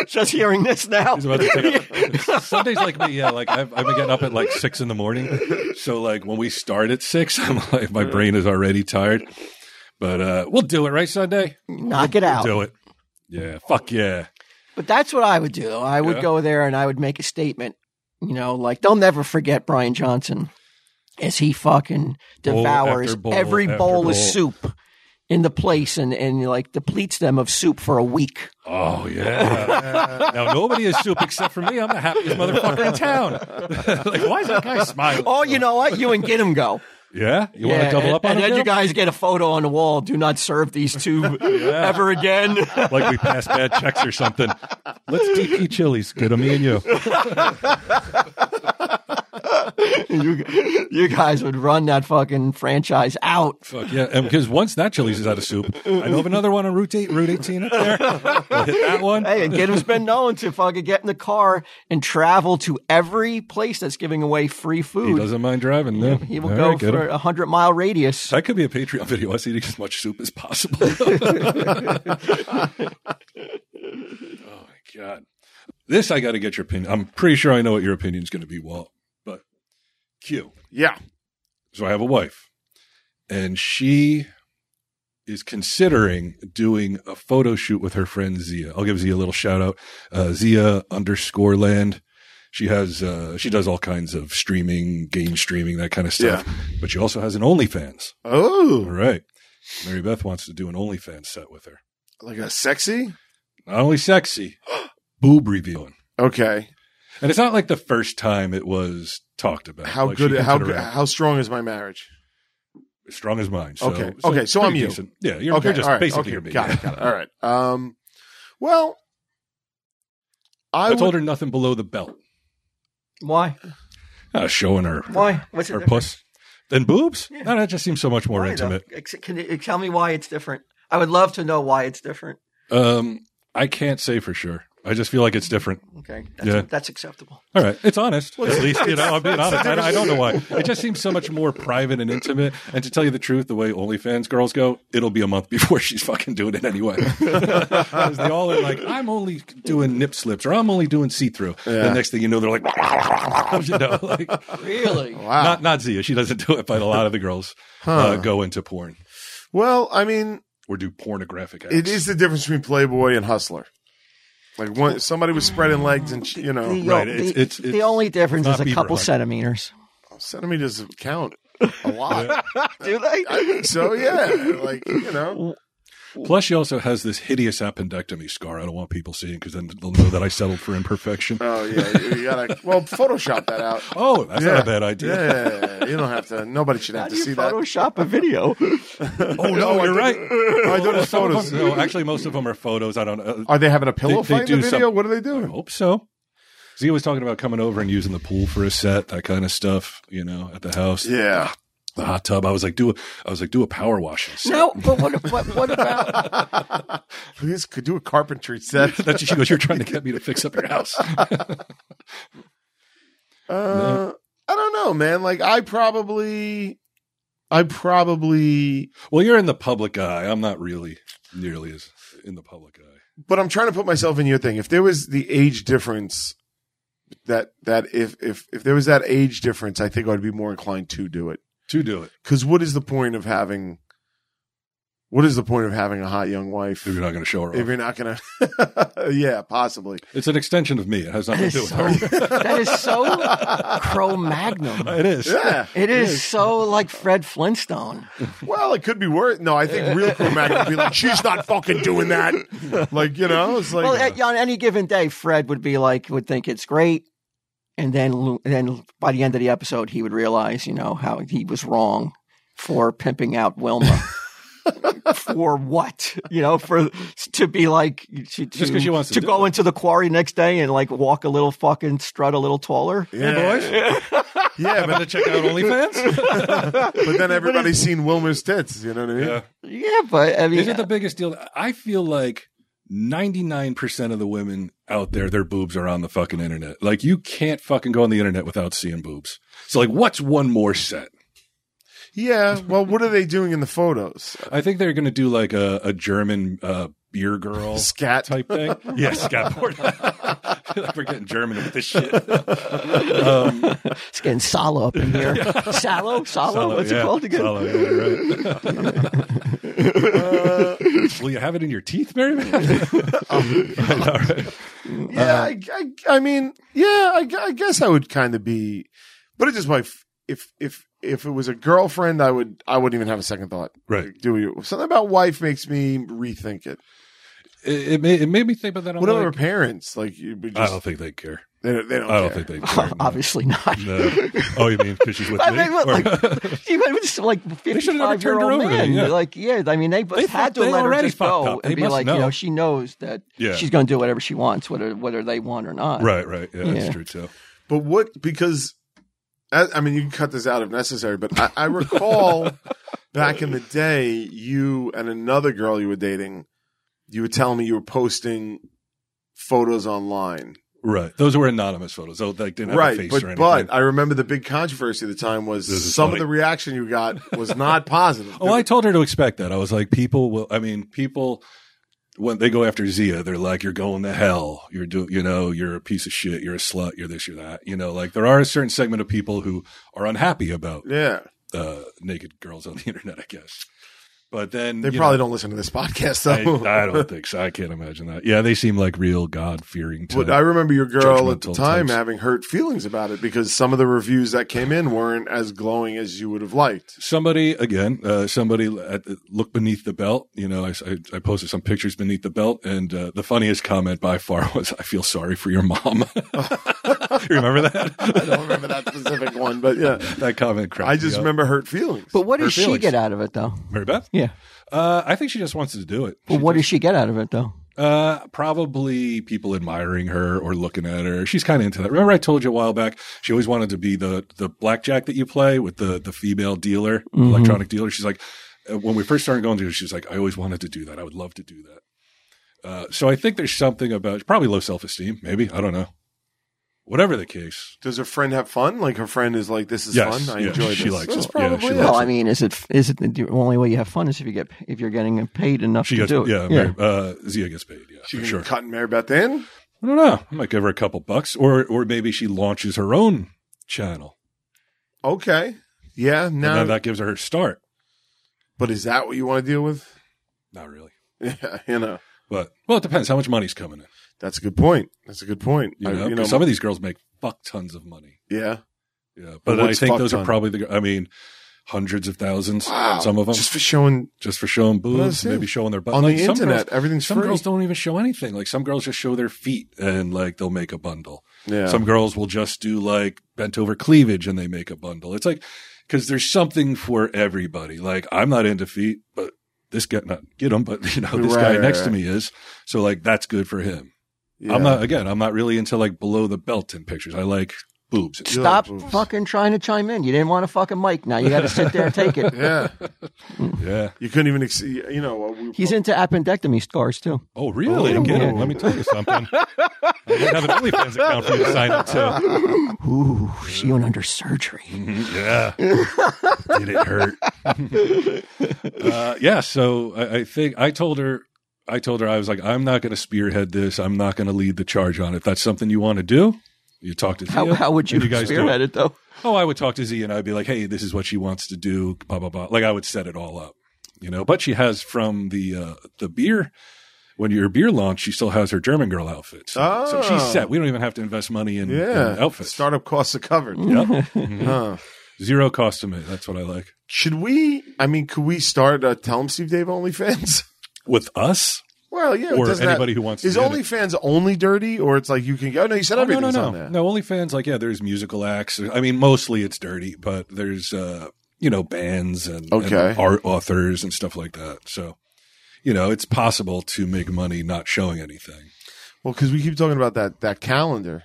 just hearing this now.
He's about to take *laughs* Sundays like me, yeah. Like I've, I've been getting up at like six in the morning, so like when we start at six, *laughs* I'm like my brain is already tired. But uh we'll do it, right, Sunday?
Knock it out.
Do it. Yeah. Fuck yeah.
But that's what I would do. I would
Yeah.
go there and I would make a statement. You know, like they'll never forget Brian Johnson as he fucking
Bowl
devours
after bowl
every
after
bowl,
bowl.
of soup in the place and, and like depletes them of soup for a week.
Oh yeah. now nobody is soup except for me. I'm the happiest motherfucker in town. *laughs* like why is that guy smiling?
Oh, you know what? You and get him go.
Yeah. You want
Yeah,
to double
and,
up on
and
it?
then
Bill?
you guys get a photo on the wall. Do not serve these two
*laughs*
ever again. *laughs*
like we passed bad checks or something. Let's DP Chili's. Good on me and you.
you, you guys would run that fucking franchise out.
Fuck yeah. And because once that Chili's is out of soup, I know of another one on Route 8, Route 18 up there. I'll hit that one.
Hey, and Giddim's been known to fucking get in the car and travel to every place that's giving away free
He
food.
doesn't mind driving. No.
He will
All
go
right, good.
for a hundred mile radius.
That could be a Patreon video. Us eating as much soup as possible. *laughs* oh my god! This I got to get your opinion. I'm pretty sure I know what your opinion is going to be, Walt. But Q.
Yeah.
So I have a wife, and she is considering doing a photo shoot with her friend Zia. I'll give Zia a little shout out. Uh, Zia underscore land. She has uh, she does all kinds of streaming, game streaming, that kind of stuff. But she also has an OnlyFans. All
Oh,
right. Mary Beth wants to do an OnlyFans set with her.
like a sexy.
Not only
*gasps*
sexy, boob revealing.
Okay.
And it's not like the first time it was talked about.
How
Like, she
good?
gets
How
it
good?
around.
How strong is my marriage?
As strong as mine. So,
Okay. Okay, so I'm
pretty
you.
decent. Yeah, you're, you're just
all right,
basically
okay,
you're me.
Got
yeah.
it. Got it. All right. Um. Well, I,
I,
would,
told her nothing below the belt.
Why?
Uh, showing her
Why? What's
her
it? different?
puss. Then boobs?
Yeah.
No, that just seems so much more
Why, though?
intimate.
Ex- Can you tell me why it's different? I would love to know why it's different.
Um, I can't say for sure. I just feel like it's different.
Okay, that's,
Yeah.
that's acceptable.
All right, it's honest. At least you know I'm being honest. I, I don't know why. It just seems so much more private and intimate. And to tell you the truth, the way OnlyFans girls go, it'll be a month *laughs* before she's fucking doing it anyway. *laughs* 'Cause they all are like, I'm only doing nip slips, or I'm only doing see through. The next thing you know, they're like, *laughs* you know, like
Really?
wow.
not not Zia. She doesn't do it, but a lot of the girls uh, go into porn
well, I mean,
or do pornographic acts.
it is the difference between Playboy and Hustler. Like one, somebody was spreading legs, and you
The,
know,
Right,
the-
it's- it's-
the
it's
only difference
not
is a
Bieber
couple
hug.
centimeters.
centimeters count
*laughs*
a lot.
Do they?
so yeah, like you know,
Plus, she also has this hideous appendectomy scar. I don't want people seeing because then they'll know that I settled for
*laughs*
imperfection.
oh yeah, you gotta well Photoshop that out.
Oh, that's
Yeah.
not a bad idea.
Yeah, yeah, yeah, yeah. you don't have to. Nobody should have
How
to
do you
see that.
Photoshop a video?
*laughs* Oh no, you're right.
I don't have
Some of *laughs*
photos.
them- no, actually, most of them are photos. I don't. Uh,
Are they having a
They-
pillow
they
fight in
do
the video?
some-
what are they
I
doing?
hope so. 'Cause he was talking about coming over and using the pool for a set, that kind of stuff, you know, at the house,
Yeah.
the hot tub. I was like, do a, I was like, do a power washing
*laughs*
set.
No, but what, what, what about
Please could do a carpentry
*laughs*
set.
That's she goes. You're trying to get me to fix up your *laughs* house.
Uh, I don't know, man. Like I probably, I probably,
well, you're in the public eye. I'm not really nearly as in the public eye.
but I'm trying to put myself in your thing. If there was the age difference, that that if if if there was that age difference, I think I'd be more inclined to do it.
To do it,
Because what is the point of having? What is the point of having a hot young wife
if you're not going to show her off.
if you're not gonna? *laughs* yeah, possibly.
It's an extension of me. It has nothing to do *laughs* with
That is
her.
that is so Cro Magnum?
it is.
Yeah.
It is so like Fred Flintstone.
Well, it could be worse. No, I think real crew Mac would be like, she's not fucking doing that. Like, you know, it's like,
Well, at- on any given day, Fred would be like, would think it's great, and then lo- then by the end of the episode, he would realize, you know, how he was wrong for pimping out
*laughs*
Wilma. for what you know for to be like to,
Just 'cause she wants to do
go
it.
into the quarry next day and like walk a little fucking strut a little taller
yeah, yeah,
About
but
to check *laughs* out OnlyFans.
but then everybody's seen Wilmer's tits. You know what I mean?
yeah.
yeah but i mean
Is it the biggest deal? I feel like 99% of the women out there, their boobs are on the fucking internet. Like, you can't fucking go on the internet without seeing boobs. So, like, what's one more set?
Yeah. Well, what are they doing in the photos?
I think they're going to do like a, a German uh,
*laughs*
beer girl
Scat.
type thing. yeah, scat board. I *laughs* feel like we're getting German with this
*laughs*
shit. um,
It's getting solo up in
*laughs*
here. Sallow? Sallow?
Solo,
What's
yeah.
it called again?
Solo, yeah, you're right.
*laughs*
Uh,
Will you have it in your teeth, Mary?
*laughs* Um,
*laughs* All right. Uh-huh.
yeah. I, I, I mean, yeah. I, gu- I guess I would kind of be, but it's just my f- if if if it was a girlfriend, I would I wouldn't even have a second thought.
Right.
Like, do you something about wife makes me rethink it?
It, it, made, it made me think about that. I'm
What about her
like,
parents? Like you would
I
just
don't think they care.
they don't, they don't
I don't
care.
think
*laughs*
they care.
*laughs* Obviously not.
No. Oh, you mean because she's with
I
me?
mean, look,
Or-
like, even with just like
should have never
55 year
turned her
old
over then,
men,
yeah.
like, yeah, I mean, they,
They
had
fucked-
to
they
let her
already
just
fucked
go
up. They
and be
must
like, you
know.
know, she knows that
*laughs* Yeah.
she's going to do whatever she wants, whether whether they want or not.
right, right. Yeah, that's
Yeah.
true too.
But what? Because I, I mean, you can cut this out if necessary. But I,
*laughs*
I recall back in the day, you and another girl you were dating, you were telling me you were posting photos online,
Right. Those were anonymous photos. Though, like didn't have a
right?
face or
But
anything.
but I remember the big controversy at the time was
This is
some
funny.
of the reaction you got was not positive.
*laughs* oh, I told her to expect that. I was like, people will. I mean, people when they go after Zia, they're like, "You're going to hell. You're do. You know, you're a piece of shit. You're a slut. You're this. You're that. You know, like there are a certain segment of people who are unhappy about
yeah,
uh, naked girls on the *laughs* internet. I guess. But then
they
you know,
probably don't listen to this podcast though. *laughs*
I, I don't think so. I can't imagine that. Yeah, they seem like real God fearing.
But I remember your girl at the
judgmental
time
types.
having hurt feelings about it because some of the reviews that came in weren't as glowing as you would have liked.
somebody again uh, somebody at the, look beneath the belt you know I, I, I posted some pictures beneath the belt and uh, the funniest comment by far *laughs* was i feel sorry for your
*laughs*
mom *laughs* You remember
I
that
don't remember that specific one, but yeah.
that comment cracked
*laughs* I
me
just
up.
remember hurt feelings.
But what
Her
does she
feelings.
get out of it, though?
mary beth
Yeah.
uh, i think she just wants to do it
But what does she get out of it, though?
uh, probably people admiring her or looking at her she's kind of into that remember i told you a while back she always wanted to be the the blackjack that you play with the the female dealer
Mm-hmm.
electronic dealer she's like uh, when we first started going to her she's like i always wanted to do that i would love to do that Uh, so I think there's something about probably low self esteem. Maybe I don't know. Whatever the case,
Does her friend have fun? Like her friend is like, "This is
Yes,
fun. I
yeah,
enjoy
she
this."
likes it.
That's
Yeah,
probably
she
it.
likes
Well, I mean, is it is it the only way you have fun is if you get if you're getting paid enough
she
to
gets
do it?
yeah. Mary- uh, Zia gets paid. Yeah,
She
for
can
sure.
cut Mary Beth in.
I don't know. I might give her a couple bucks, or or maybe she launches her own channel,
Okay, yeah.
and
Now,
then that gives her her start.
but is that what you want to deal with? *laughs*
Not really,
Yeah, you know,
but well, it depends how much money's coming in.
that's a good point. That's a good point.
You
I-
know,
you
'Cause
know,
some of these girls make fuck tons of money.
yeah.
Yeah,
But
but I
what's
think
fuck
those
ton?
are probably the. I mean, hundreds of thousands.
Wow.
Some of them
just
just,
for showing
for showing boobs,
saying.
maybe showing their butt
on
Like,
the
some girls-
internet. everything's
some
free.
girls don't even show anything. Like some girls just show their feet and like they'll make a bundle.
yeah.
Some girls will just do like bent over cleavage and they make a bundle. It's like because there's something for everybody. Like I'm not into feet, but this guy not get him, but you know this
Right,
guy
right,
next to
right.
me is. So like that's good for him.
Yeah.
I'm not again. I'm not really into like below the belt in pictures. I like boobs.
You
Stop
like boobs.
fucking trying to chime in. You didn't want to fucking mic. Now you got to sit there and take
*laughs*
it.
*laughs* Yeah,
Yeah.
you couldn't even. Ex- you know, uh, we,
He's into appendectomy scars too.
Oh, really?
Oh.
Get him. Let me
*laughs*
tell you something. I might have an OnlyFans account for you to sign up to.
*laughs*
Ooh, she went under surgery.
Mm-hmm. Yeah. Did it hurt? uh, yeah. So I, I think I told her, I told her, I was like, I'm not going to spearhead this. I'm not going to lead the charge on it. If that's something you want to do, you talk to Thea.
How, how would you,
and guys do it.
spearhead it though?
Oh, I would talk to Z and I'd be like, hey, this is what she wants to do, blah, blah, blah. Like I would set it all up, you know, but she has from the, uh, the beer, when your beer launch, she still has her German girl outfits. So, so she's
Oh.
set. We don't even have to invest money in,
yeah,
in outfits.
Startup costs are covered.
Yep.
Huh.
Zero cost to me. That's what I like.
Should we? I mean, could we start a Tell 'em Steve Dave OnlyFans? *laughs*
With us?
well, yeah, it
Or
doesn't that-
anybody who wants to
Is
get it.
OnlyFans only dirty, or it's like you can go? no, you said
Oh, no, no,
everything's
no.
on there.
No, OnlyFans, like, yeah, there's musical acts. I mean, mostly it's dirty, but there's, uh, you know, bands and,
Okay.
and art authors and stuff like that. So, you know, it's possible to make money not showing anything.
Well, because we keep talking about that that calendar,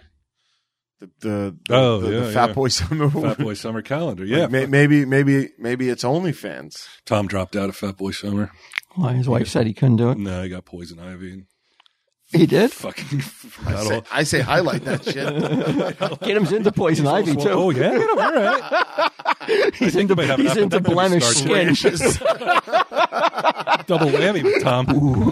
the the, the,
Oh,
the, the
yeah,
Fat
yeah.
Boy Summer.
Fat Boy Summer calendar. Yeah.
Like, may- maybe maybe maybe it's OnlyFans.
Tom dropped out of Fat Boy Summer.
Why his wife said he couldn't do it.
No, he got poison ivy. And
He did.
fucking *laughs*
I
forgot
say,
all.
I say highlight
*laughs*
that shit.
Get him into poison ivy too.
Oh yeah, all right.
he's
think
into,
they have an
he's into
epidemic
blemish
starting.
skin.
*laughs* Double whammy,
*laughs*
with Tom.
Ooh,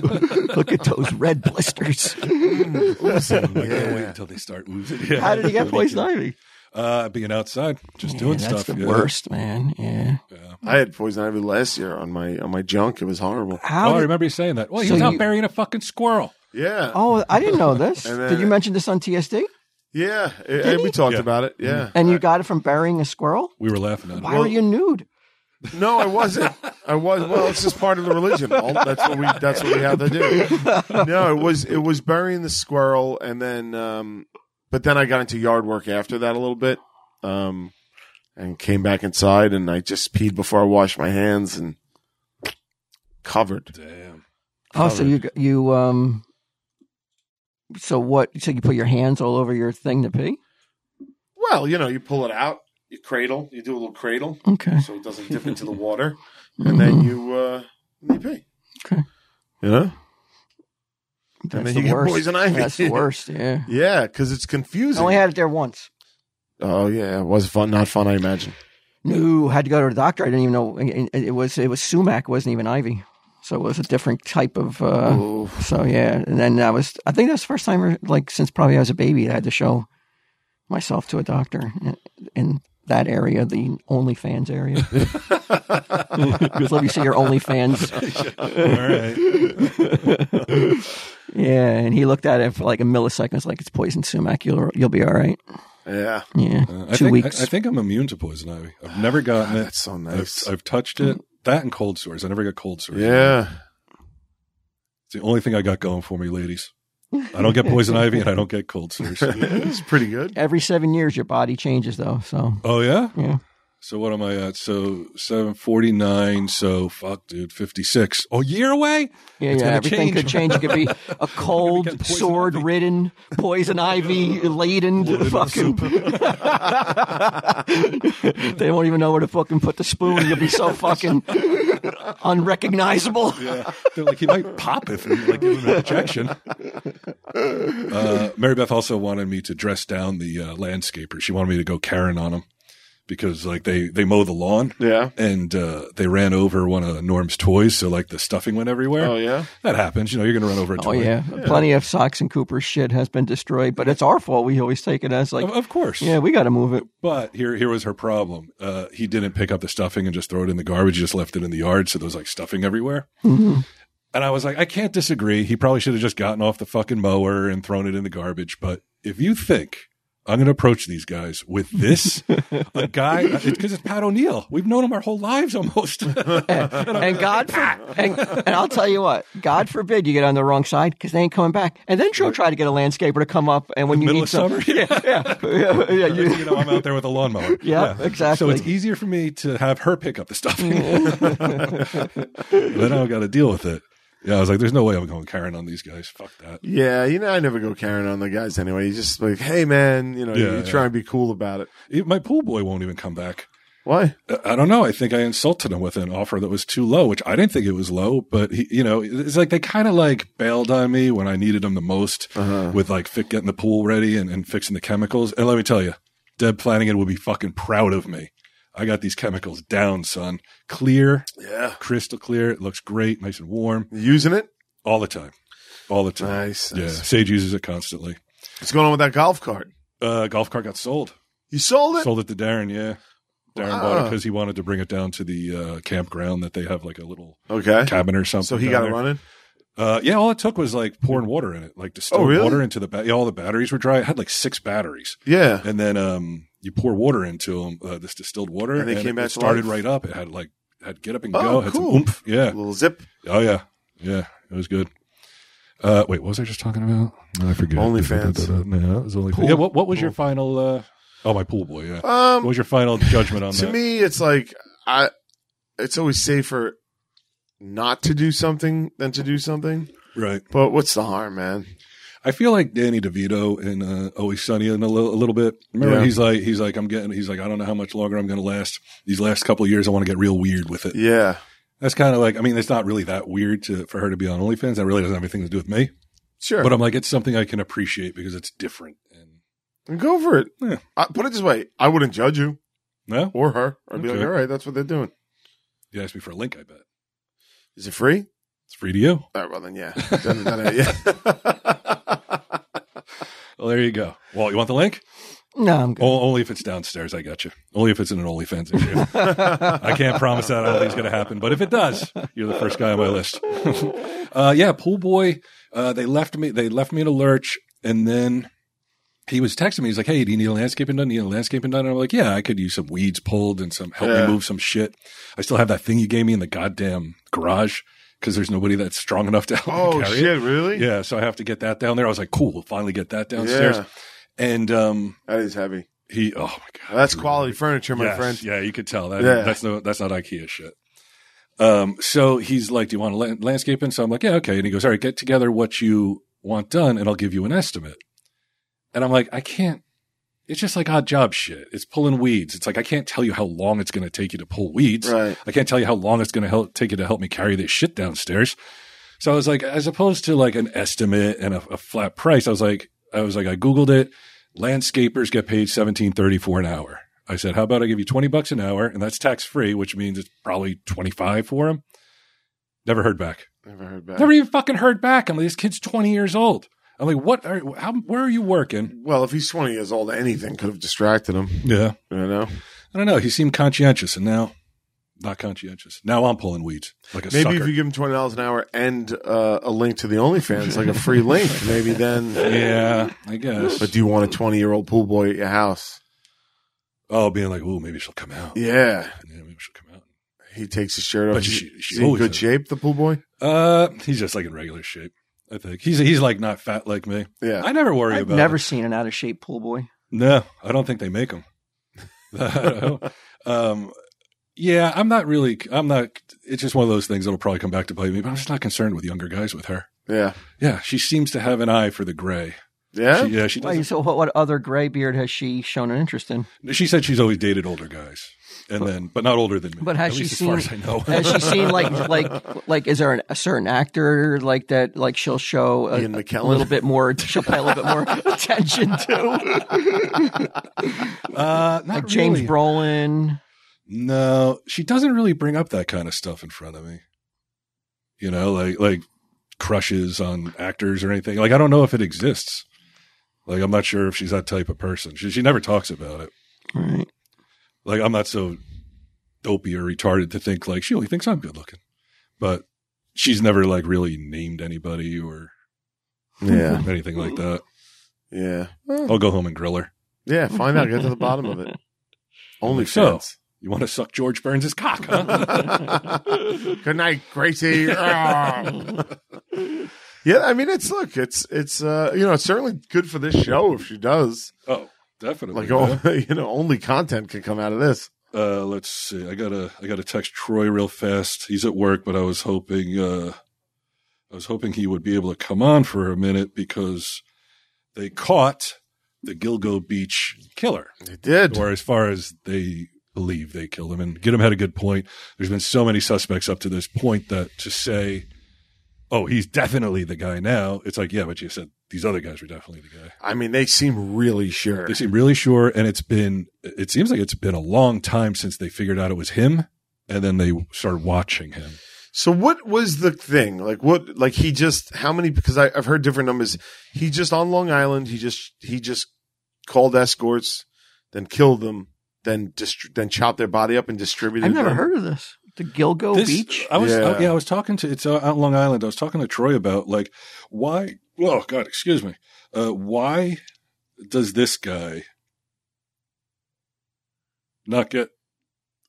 look at those red blisters.
I can't oh, wait until they start oozing. Yeah.
How did he get poison ivy?
Uh, being outside, just doing
Yeah,
stuff.
that's the
yeah.
worst, man. Yeah.
I had poison ivy last year on my on my junk. It was horrible.
Oh,
How?
I
did-
remember you saying that. Well, he
So
was out
you-
burying a fucking squirrel.
Yeah,
oh, I didn't know this.
And then-
did you mention this on TSD?
yeah. It- it- we talked
Yeah.
about it. Yeah.
And you got it from burying a squirrel?
We were laughing at him.
Why were you nude?
*laughs* No, I wasn't. I was. Well, it's just part of the religion. Well, that's what we. That's what we have to
Oh,
do. No, it was. It was burying the squirrel, and then. Um, but then I got into yard work after that a little bit, um, and came back inside, and I just peed before I washed my hands, and covered.
Damn.
Oh, so you you um. So what? So you put your hands all over your thing to pee?
Well, you know, you pull it out, you cradle, you do a little cradle,
Okay.
so it doesn't dip into the water, and then you uh, you pee.
Okay.
You know.
That's
and
the
then you get
worst.
poison ivy.
That's
*laughs*
the worst. Yeah.
Yeah, because it's
I
confusing.
only had it there once.
Oh yeah, it was fun. Not fun, I imagine.
No, had to go to the doctor. I didn't even know it it was. It was sumac. It wasn't even ivy. So it was a different type of. Uh, so yeah, and then I was. I think that's the first time, like since probably I was a baby, that I had to show myself to a doctor in, in that area, the OnlyFans
*laughs*
area. Just let me see your OnlyFans. *laughs*
All right.
Yeah, and he looked at it for like a millisecond. It's like it's poison sumac. You'll you'll be all right.
Yeah,
Yeah,
Uh,
two
I think,
weeks. Ah,
I, I think I'm immune to poison ivy. I've never gotten it.
that's so nice.
I've, I've touched it. That and cold sores. I never got cold sores.
yeah,
It's the only thing I got going for me, ladies. I don't get poison ivy and I don't get cold sores.
*laughs* it's pretty good.
Every seven years, your body changes though. So
oh yeah.
yeah,
So what am I at? So seven forty nine. So fuck, dude, fifty six. Oh, year away.
yeah,
It's
yeah.
gonna
Everything
change.
could change. You could
*laughs*
be a
get
cold,
poison
sword-ridden, poison ivy laden fucking. *laughs* they won't even know where to fucking put the spoon. You'll be so fucking unrecognizable.
Yeah. They're like he might pop if we like give him an injection. Uh, Mary Beth also wanted me to dress down the uh, landscaper. She wanted me to go Karen on him because like they they mow the lawn.
Yeah.
And uh, they ran over one of Norm's toys, so like the stuffing went everywhere.
Oh yeah.
That happens. You know, you're going to run over a
Oh
toy.
yeah. plenty of socks and Cooper's shit has been destroyed, but it's our fault. We always take it as like,
Of, of course.
yeah, we got to move it.
But here, here was her problem. Uh, he didn't pick up the stuffing and just throw it in the garbage. He just left it in the yard. So there was like stuffing everywhere. And I was like, I can't disagree. He probably should have just gotten off the fucking mower and thrown it in the garbage. But if you think I'm going to approach these guys with this, a guy, uh, it's because it's Pat O'Neill. We've known him our whole lives almost.
*laughs*
*laughs*
and God for, and, and I'll tell you what, God forbid you get on the wrong side because they ain't coming back. And then she'll try to get a landscaper to come up, and when you
Middle
need
of
some,
*laughs* summer.
*laughs* yeah, yeah, yeah, you-
*laughs* you know, I'm out there with a lawnmower.
*laughs* Yeah,
So
exactly.
it's
*laughs*
easier for me to have her pick up the stuffing. then I've got to deal with it. Yeah, I was like, there's no way I'm going Karen on these guys. Fuck that.
Yeah, you know, I never go Karen on the guys anyway. You just like, hey man, you know,
Yeah,
you,
yeah.
try and be cool about it.
Even my pool boy won't even come back. Uh,
Why?
I- I don't know. I think I insulted him with an offer that was too low, which I didn't think it was low, but he, you know, it's like they kind of like bailed on me when I needed them the most
Uh-huh.
with like fi- getting the pool ready and, and fixing the chemicals. And let me tell you, Deb Flanagan would be fucking proud of me. I got these chemicals down, son. Clear,
Yeah,
crystal clear. It looks great, nice and warm
using it.
all the time. All the time.
Nice.
yeah.
nice.
Sage uses it constantly.
What's going on with that golf cart?
Uh, golf cart got sold.
You sold it.
Sold it to Darren, yeah. Darren bought it
Wow.
because he wanted to bring it down to the uh, campground that they have like a little
Okay.
cabin or something.
So he
down
got it
there.
running.
Uh, yeah, all it took was like pouring water in it, like distilled
Oh, really?
water into the ba- yeah, all the batteries were dry. It had like six batteries,
Yeah.
and then um, you pour water into them, uh, this distilled water,
And they came
it,
back
it
to
started
life.
right up. It had like had get up and
Oh,
go, had
cool.
some oomph. Yeah,
Little zip.
oh yeah, yeah, it was good. Uh, wait, what was I just talking about? No, I forget.
OnlyFans.
No, it was only. Yeah, what, what was your final? Uh, oh, my pool boy. Yeah, what
Um,
was your final judgment on
*laughs* to
that?
me, it's like I. It's always safer not to do something than to do something.
right.
But what's the harm, man?
I feel like Danny DeVito in uh, Always Sunny in a little, a little bit. Remember,
Yeah.
he's like, he's like, I'm getting, he's like, I don't know how much longer I'm going to last. These last couple of years, I want to get real weird with it.
Yeah.
That's kind of like, I mean, it's not really that weird to, for her to be on OnlyFans. That really doesn't have anything to do with me.
Sure.
But I'm like, it's something I can appreciate because it's different. And
Go for it.
um, Yeah.
I, put it this way: I wouldn't judge you
no,
or her. I'd be
Okay.
like, all right, that's what they're doing.
you asked me for a link. I bet
Is it free?
it's free to you.
All right, well
*laughs*
then, uh, yeah. Done, done it, yeah.
Well, there you go. Well, you want the link?
No, I'm good.
O- only if it's downstairs. I got you. Only if it's in an OnlyFans issue. I can't promise that I don't think it's going to happen, but if it does, you're the first guy on my list. *laughs* uh, yeah, pool boy. Uh, they left me. They left me in a lurch, and then he was texting me. He's like, "Hey, do you need a landscaping done? Do you need a landscaping done?" And I'm like, "Yeah, I could use some weeds pulled and some help
Yeah.
me move some shit. I still have that thing you gave me in the goddamn garage because there's nobody that's strong enough to help me
oh
carry
shit! Really?
it. Yeah, so I have to get that down there. I was like, "Cool, we'll finally get that downstairs."
Yeah,
And um,
that is heavy.
he, oh my god,
That's
dude.
quality furniture, my
Yes,
friend.
Yeah, you could tell that.
Yeah.
That's no, that's not IKEA shit. Um, so he's like, "Do you want to land- landscape?" And so I'm like, "Yeah, okay." And he goes, "All right, get together what you want done, and I'll give you an estimate." And I'm like, "I can't." It's just like odd job shit. It's pulling weeds. It's like I can't tell you how long it's going to take you to pull weeds.
Right.
I can't tell you how long it's going to help take you to help me carry this shit downstairs. So I was like, as opposed to like an estimate and a, a flat price, I was like, I was like, I googled it. Landscapers get paid seventeen thirty for an hour. I said, how about I give you twenty bucks an hour, and that's tax free, which means it's probably twenty five for them. Never heard back.
Never heard back.
Never even fucking heard back. I'm like, this kid's twenty years old. I'm like, what? Are, how? Where are you working?
well, if he's twenty years old, anything could have distracted him.
Yeah,
You know,
I don't know. He seemed conscientious, and now not conscientious. Now I'm pulling weeds like a
maybe
sucker.
if you give him twenty dollars an hour and uh, a link to the OnlyFans, like a free
*laughs*
link, maybe then.
yeah, I guess.
But do you want a twenty-year-old pool boy at your house?
Oh, being like, ooh, maybe she'll come out. Yeah,
Yeah,
maybe she'll come out.
he takes his shirt off.
But she- she
Is he in
always
good
does.
shape, the pool boy.
Uh, he's just like in regular shape. I think he's he's like not fat like me.
Yeah,
I never worry
I've
about.
never
it.
seen an out of shape pool boy.
No, I don't think they make *laughs* them. um, yeah, I'm not really. I'm not. It's just one of those things that'll probably come back to bite me. But I'm just not concerned with younger guys with her.
yeah,
Yeah, she seems to have an eye for the gray.
yeah.
She, yeah, she
Wait,
does.
so what, what other gray beard has she shown an interest in?
She said she's always dated older guys, and then but not older than me.
But has
at
she
least as
seen-
far as I know.
*laughs* Has she seen like like like is there an, a certain actor like that like she'll show a,
Ian
a
McKellen.
little bit more she'll pay a little bit more
*laughs*
attention to
uh, not
like James
really.
Brolin?
No, she doesn't really bring up that kind of stuff in front of me. You know, like like crushes on actors or anything. Like I don't know if it exists. Like I'm not sure if she's that type of person. She she never talks about it.
Right.
Like I'm not so dopey or retarded to think like she only thinks I'm good looking. But she's never like really named anybody or
Yeah,
anything like that.
yeah,
I'll go home and grill her.
yeah. Find out. Get to the bottom
*laughs*
of it. Only
So.
*laughs* fans.
You want to suck George Burns' cock,
*laughs*
huh?
Good night, Gracie. *laughs* yeah, I mean, it's look, it's it's uh, you know, it's certainly good for this show if she does.
oh, definitely.
Like,
man.
oh, *laughs* you know, only content can come out of this.
Uh, let's see. I gotta I gotta text Troy real fast. He's at work, but I was hoping uh I was hoping he would be able to come on for a minute because they caught the Gilgo Beach killer,
They did.
or as far as they believe they killed him. And Gidim had a good point. There's been so many suspects up to this point that to say, oh, he's definitely the guy now, it's like, yeah, but you said these other guys were definitely the guy.
I mean, they seem really sure.
They seem really sure, and it's been it seems like it's been a long time since they figured out it was him, and then they started watching him.
So what was the thing? Like what? Like he just how many? Because I, I've heard different numbers. He just on Long Island. He just he just called escorts, then killed them, then dist- then chopped their body up and distributed.
I've never
them.
heard of this. The Gilgo
This-
Oh, Beach.
I was
Yeah.
yeah. I was talking to it's uh, out on Long Island. I was talking to Troy about like why oh god, excuse me. Uh why does this guy not get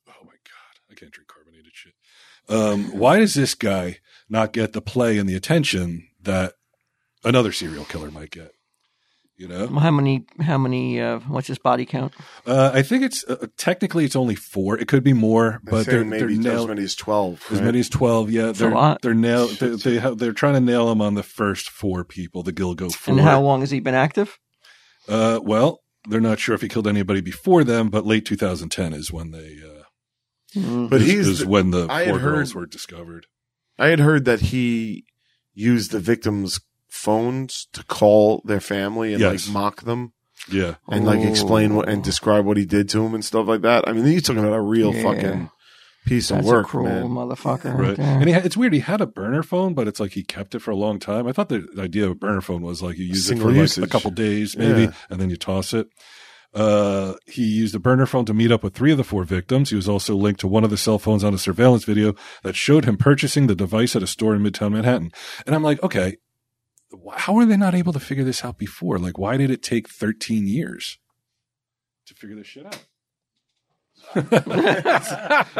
Oh my god, I can't drink carbonated shit. Um why does this guy not get the play and the attention that another serial killer might get? You know?
How many? How many? Uh, what's his body count?
Uh, I think it's uh, technically it's only 4. It could be more,
They're
but
saying
they're they're
maybe as
nailed
many as twelve.
As
right?
many as twelve, yeah.
a
They're
lot.
they're
*laughs*
nail they, they have, they're trying to nail him on the first four people, the Gilgo four.
And how long has he been active?
Uh, well, they're not sure if he killed anybody before them, but late 2010 is when they. Uh,
Hmm.
But
is,
he's
is when the
I had
four
heard-
girls were discovered.
I had heard that he used the victims' phones to call their family and
Yes.
like mock them
Yeah,
and like explain what and
Oh.
describe what he did to him and stuff like that. I mean, you're talking about a real
Yeah.
fucking piece
That's
of work,
a cruel
man.
motherfucker, right,
right.
there.
And he had, it's weird. He had a burner phone, but it's like he kept it for a long time. I thought the idea of a burner phone was like you use it
Single
for like a
usage.
couple days, maybe,
Yeah.
and then you toss it. Uh, he used a burner phone to meet up with three of the four victims. He was also linked to one of the cell phones on a surveillance video that showed him purchasing the device at a store in Midtown Manhattan. And I'm like, okay, wh- how were they not able to figure this out before? Like, why did it take 13 years to figure this shit out?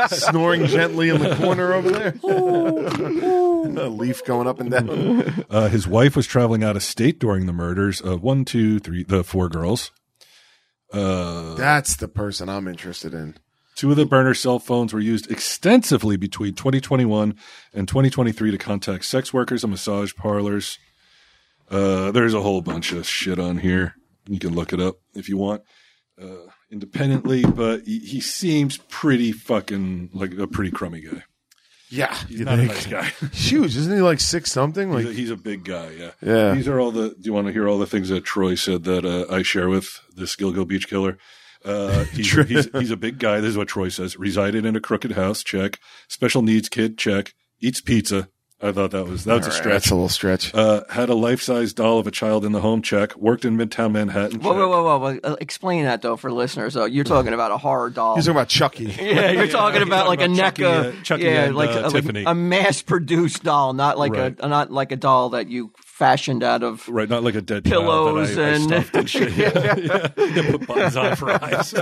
Snoring gently in the corner over there. a leaf going up and down.
Uh, his wife was traveling out of state during the murders of one, two, three, the four girls. Uh,
That's the person I'm interested in.
two of the burner cell phones were used extensively between 2021 and 2023 to contact sex workers and massage parlors. Uh, there's a whole bunch of shit on here. You can look it up if you want uh, independently, but he, he seems pretty fucking like a pretty crummy guy.
Yeah,
He's
you
not a
think?
nice guy.
Huge, isn't he? Like six something.
He's a,
Like
he's a big guy, yeah.
Yeah.
These are all the. Do you want to hear all the things that Troy said that uh, I share with this Gilgo Beach killer?
*laughs*
Uh, he's, he's, he's a big guy. This is what Troy says. Resided in a crooked house. Check. Special needs kid. Check. Eats pizza. I thought that was that's
All
a
right,
stretch.
That's a little stretch.
Uh, had a life size doll of a child in the home. Check. Worked in Midtown Manhattan.
Whoa,
check.
whoa, whoa, whoa, whoa! Uh, Explain that though for listeners. Though you're talking about a horror doll.
He's talking about
*laughs*
Chucky.
yeah, you're
Yeah,
talking
you're
about
talking
like a
about Chucky,
NECA,
uh, Chucky
yeah,
and,
like,
uh,
a, like
Tiffany.
a mass-produced doll, not like a not like a doll that you fashioned out
*laughs*
of. *laughs*
Right, not like a dead
Pillows
child that I, I
and-
stuffed and
*laughs*
shit. *laughs* Yeah, yeah. yeah. Put buttons on for eyes.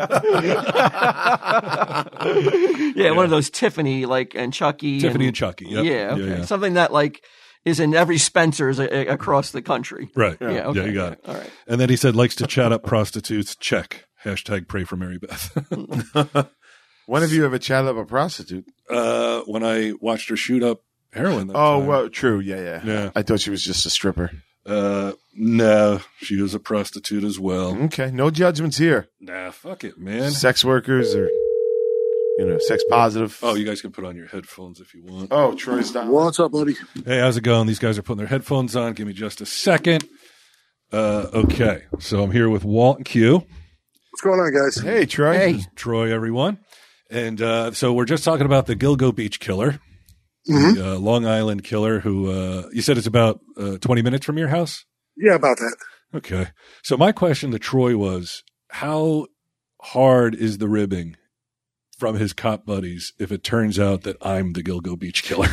Yeah, one of those Tiffany like and Chucky.
Tiffany and Chucky. Yep.
Yeah, okay. something that like is in every Spencer's a, a- across the country.
Right.
Yeah, okay.
yeah, you got it.
All right.
And then he said, likes to chat up *laughs* prostitutes. Check. Hashtag pray for Mary Beth. *laughs*
When have you ever chatted up a prostitute?
uh, when I watched her shoot up heroin. That
Oh,
time.
well, true. Yeah, yeah,
Yeah.
I thought she was just a stripper.
Uh, no, she was a prostitute as well.
Okay, no judgments here.
Nah, fuck it, man.
Sex workers or you know, sex positive.
Oh, you guys can put on your headphones if you want.
oh, Troy's down.
What's up, buddy?
Hey, how's it going? These guys are putting their headphones on. Give me just a second. Uh, okay, so I'm here with Walt and Q.
What's going on, guys?
Hey, Troy.
Hey,
Troy, everyone. And uh, so we're just talking about the Gilgo Beach killer, the uh, Long Island killer who uh, you said it's about uh, 20 minutes from your house?
Yeah, about that.
Okay. So my question to Troy was how hard is the ribbing from his cop buddies if it turns out that I'm the Gilgo Beach *laughs* killer?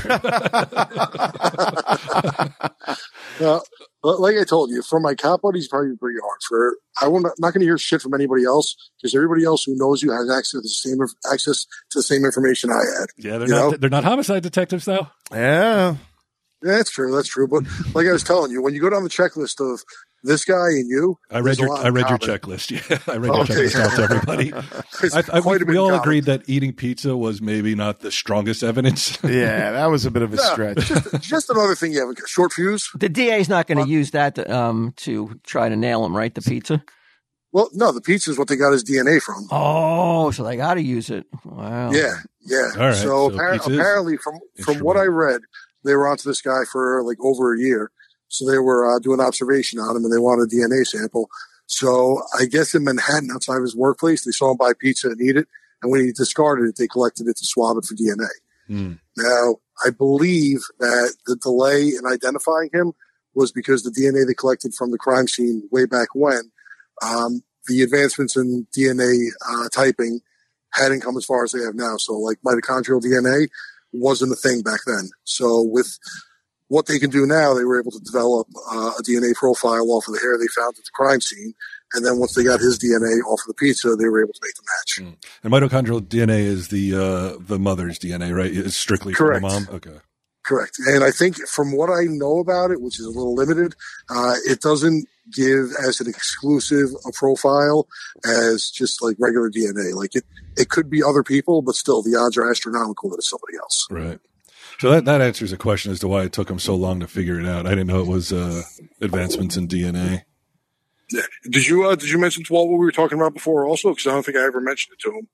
Uh, but like I told you, for my cop buddies, probably pretty hard. For I won't, not going to hear shit from anybody else because everybody else who knows you has access to the same inf- access to the same information I had.
yeah, they're
You know?
not they're not homicide detectives though.
Yeah.
Yeah, that's true. That's true. But like I was telling you, when you go down the checklist of this guy and you,
I
There's
read
a
your
lot
I
in
read your
common.
checklist. *laughs* Yeah, I read your
*laughs* Okay.
checklist out to everybody.
it's
I, I,
quite a
we
bit in
all
common.
agreed that eating pizza was maybe not the strongest evidence.
Yeah, that was a bit of a
Yeah.
stretch.
Just another thing you have a short fuse.
The DA's not going to use that to, um, to try to nail him, right? The pizza.
Well, no, the pizza is what they got his DNA from.
Oh, so they got to use it. Wow.
Yeah, yeah.
All right,
so
so
appar-
pizza is
apparently, from from what I
instrumental.
read, they were onto this guy for like over a year. So they were uh, doing observation on him, and they wanted a DNA sample. So I guess in Manhattan, outside of his workplace, they saw him buy pizza and eat it. And when he discarded it, they collected it to swab it for DNA.
Hmm.
Now, I believe that the delay in identifying him was because the DNA they collected from the crime scene way back when, um, the advancements in DNA uh, typing hadn't come as far as they have now. So, like mitochondrial DNA wasn't a thing back then. So, with what they can do now, they were able to develop uh, a DNA profile off of the hair they found at the crime scene. And then once they got his DNA off of the pizza, they were able to make the match.
And mitochondrial DNA is the uh, the mother's DNA, right? It's strictly
Correct.
from the mom. Okay.
Correct. And I think from what I know about it, which is a little limited, uh, it doesn't give as an exclusive a profile as just like regular DNA. Like it, it could be other people, but still the odds are astronomical that it's somebody else.
Right. So that, that answers a question as to why it took him so long to figure it out. I didn't know it was uh, advancements in DNA.
Did you, uh, did you mention to Walt what we were talking about before also? Cause I don't think I ever mentioned it to him.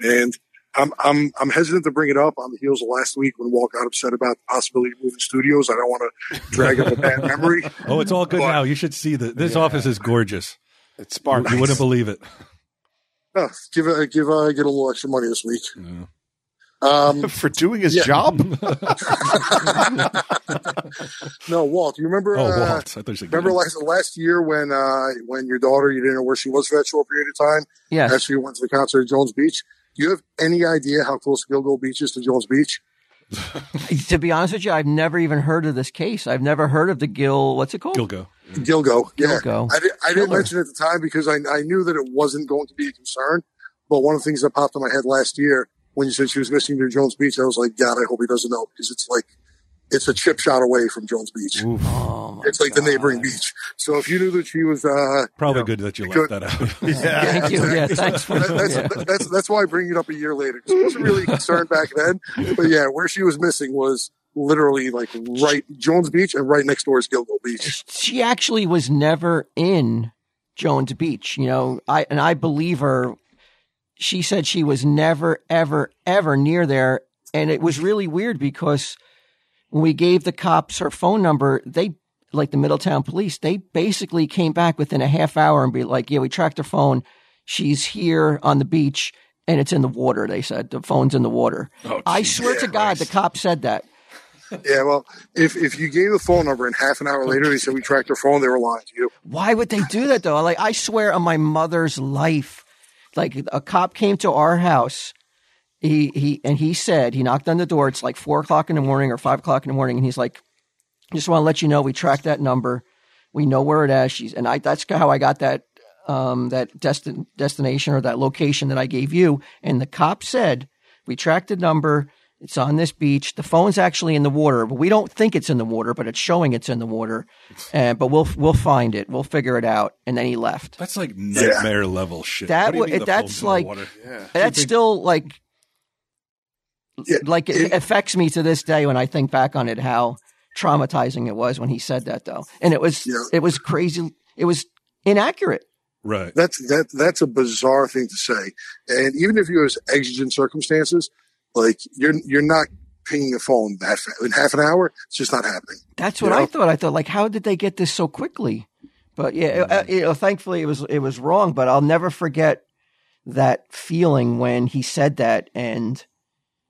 And I'm, I'm, I'm hesitant to bring it up on the heels of last week when Walt got upset about the possibility of moving studios. I don't want to drag up a bad *laughs* memory.
Oh, it's all good
But-
now. You should see that this
Yeah.
office is gorgeous.
It
You,
sparked.
you wouldn't believe it.
Uh, give, uh, give, uh, get a little extra money this week.
No.
*laughs*
Um,
for doing his
Yeah.
job.
No, Walt. You remember?
Oh,
uh,
Walt. I thought you said
Remember last last year when uh, when your daughter you didn't know where she was for that short period of time
Yes.
after you went to the concert at Jones Beach. Do you have any idea how close Gilgo Beach is to Jones Beach?
to be honest with you, I've never even heard of this case. I've never heard of the Gill. What's it called?
Gilgo.
Gilgo, yeah.
Gilgo.
I, di- I didn't
Killer.
mention it at the time because I, I knew that it wasn't going to be a concern. But one of the things that popped in my head last year when you said she was missing near Jones Beach, I was like, God, I hope he doesn't know because it's like it's a chip shot away from Jones Beach.
Oh, my
It's like the
God.
neighboring beach. So if you knew that she was uh,
Probably good that you left
Good.
that out.
yeah.
Thank you.
*laughs*
Yeah, thanks for *laughs*
That- that's,
yeah.
that's that's why I bring it up a year later. 'cause I wasn't really concerned back then, but yeah, where she was missing was literally like right Jones Beach and right next door is Gilgo
*laughs*
Beach.
she actually was never in Jones Beach, you know. I and I believe her. She said she was never, ever, ever near there, and it was really weird because when we gave the cops her phone number, they like the Middletown police, they basically came back within a half hour and be like, "Yeah, we tracked her phone. She's here on the beach, and it's in the water." They said the phone's in the water. I swear to God, the cop said that.
Yeah, well, if if you gave the phone number and half an hour later they said we tracked her phone, they were lying to you.
Why would they do that though? Like I swear on my mother's life, like a cop came to our house. He he and he said he knocked on the door. It's like four o'clock in the morning or five o'clock in the morning, and he's like, "Just want to let you know we tracked that number. We know where it is." She's and I. That's how I got that um that destin- destination or that location that I gave you. And the cop said we tracked the number. It's on this beach. The phone's actually in the water, but we don't think it's in the water, but it's showing it's in the water. And but we'll we'll find it. We'll figure it out. And then he left.
That's like nightmare level shit.
That
What do you
wa-
mean the
that's
phone's in the
like-
water?
Yeah.
And that's still like
Yeah,
like it,
it-
affects me to this day when I think back on it how traumatizing it was when he said that though. And it was
Yeah.
it was crazy. It was inaccurate.
Right.
That's that that's a bizarre thing to say. And even if you was exigent circumstances, like you're you're not pinging the phone that fa- in half an hour. It's just not happening.
That's what
Yeah.
I thought. I thought like, how did they get this so quickly? But yeah, uh, you know, thankfully it was it was wrong. But I'll never forget that feeling when he said that, and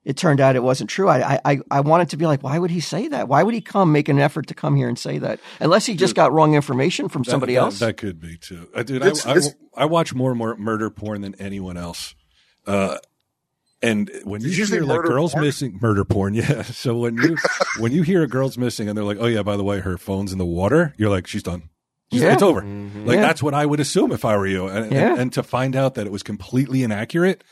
it turned out it wasn't true. I I- I I wanted to be like, why would he say that? Why would he come make an effort to come here and say that? Unless he just got wrong information from
That-
somebody
that-
else.
That, could be too. Uh, dude,
It's-
I, I,
it's-
I watch more and more murder porn than anyone else. Uh, and when you,
Did you say
hear like
murder
girls
porn?
missing murder porn, *laughs* yeah. So
*laughs*
when you when you hear a girl's missing and they're like, "Oh yeah, by the way, her phone's in the water," you're like, "She's done. She's-
Yeah. Mm-hmm.
It's over." Like
Yeah.
that's what I would assume if I were you. And,
Yeah.
and, and to find out that it was completely inaccurate,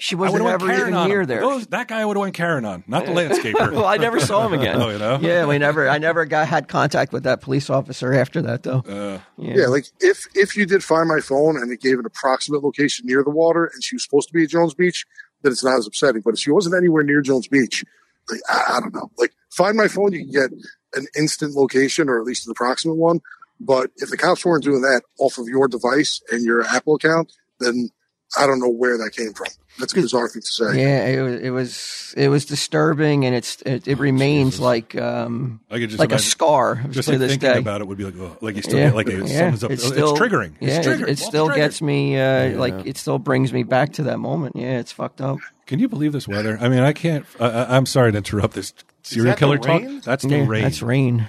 She
I would
wasn't
have
ever
went Karen
even
on
near
him.
there.
Those- that guy I would have went Karen on, not the landscaper.
*laughs* well, I never saw him again.
*laughs* Oh, you know?
Yeah, we never. I never got had contact with that police officer after that, though.
Uh,
Yeah.
Yeah. like if if you did find my phone and it gave an approximate location near the water, and she was supposed to be at Jones Beach, then it's not as upsetting. But if she wasn't anywhere near Jones Beach, like I, I don't know, like find my phone, you can get an instant location or at least an approximate one. But if the cops weren't doing that off of your device and your Apple account, then I don't know where that came from. That's a bizarre thing to say.
Yeah, it was it was it was disturbing, and it's it, it remains
Oh, Jesus.
like um
I could just
like
imagine,
a scar
just
to
like
this
thinking
day.
about it would be like, oh, like you still
Yeah.
get like a,
Yeah.
someone's up,
It's
it's,
still-
triggering.
yeah,
it's triggering.
it, it
Walk the
still
trigger.
gets me. Uh,
Yeah.
Like it still brings me back to that moment. Yeah, it's fucked up.
Can you believe this weather? I mean, I can't. I, I, I'm sorry to interrupt this serial
that the
killer talk.
rain?
That's the
Yeah,
rain.
That's rain.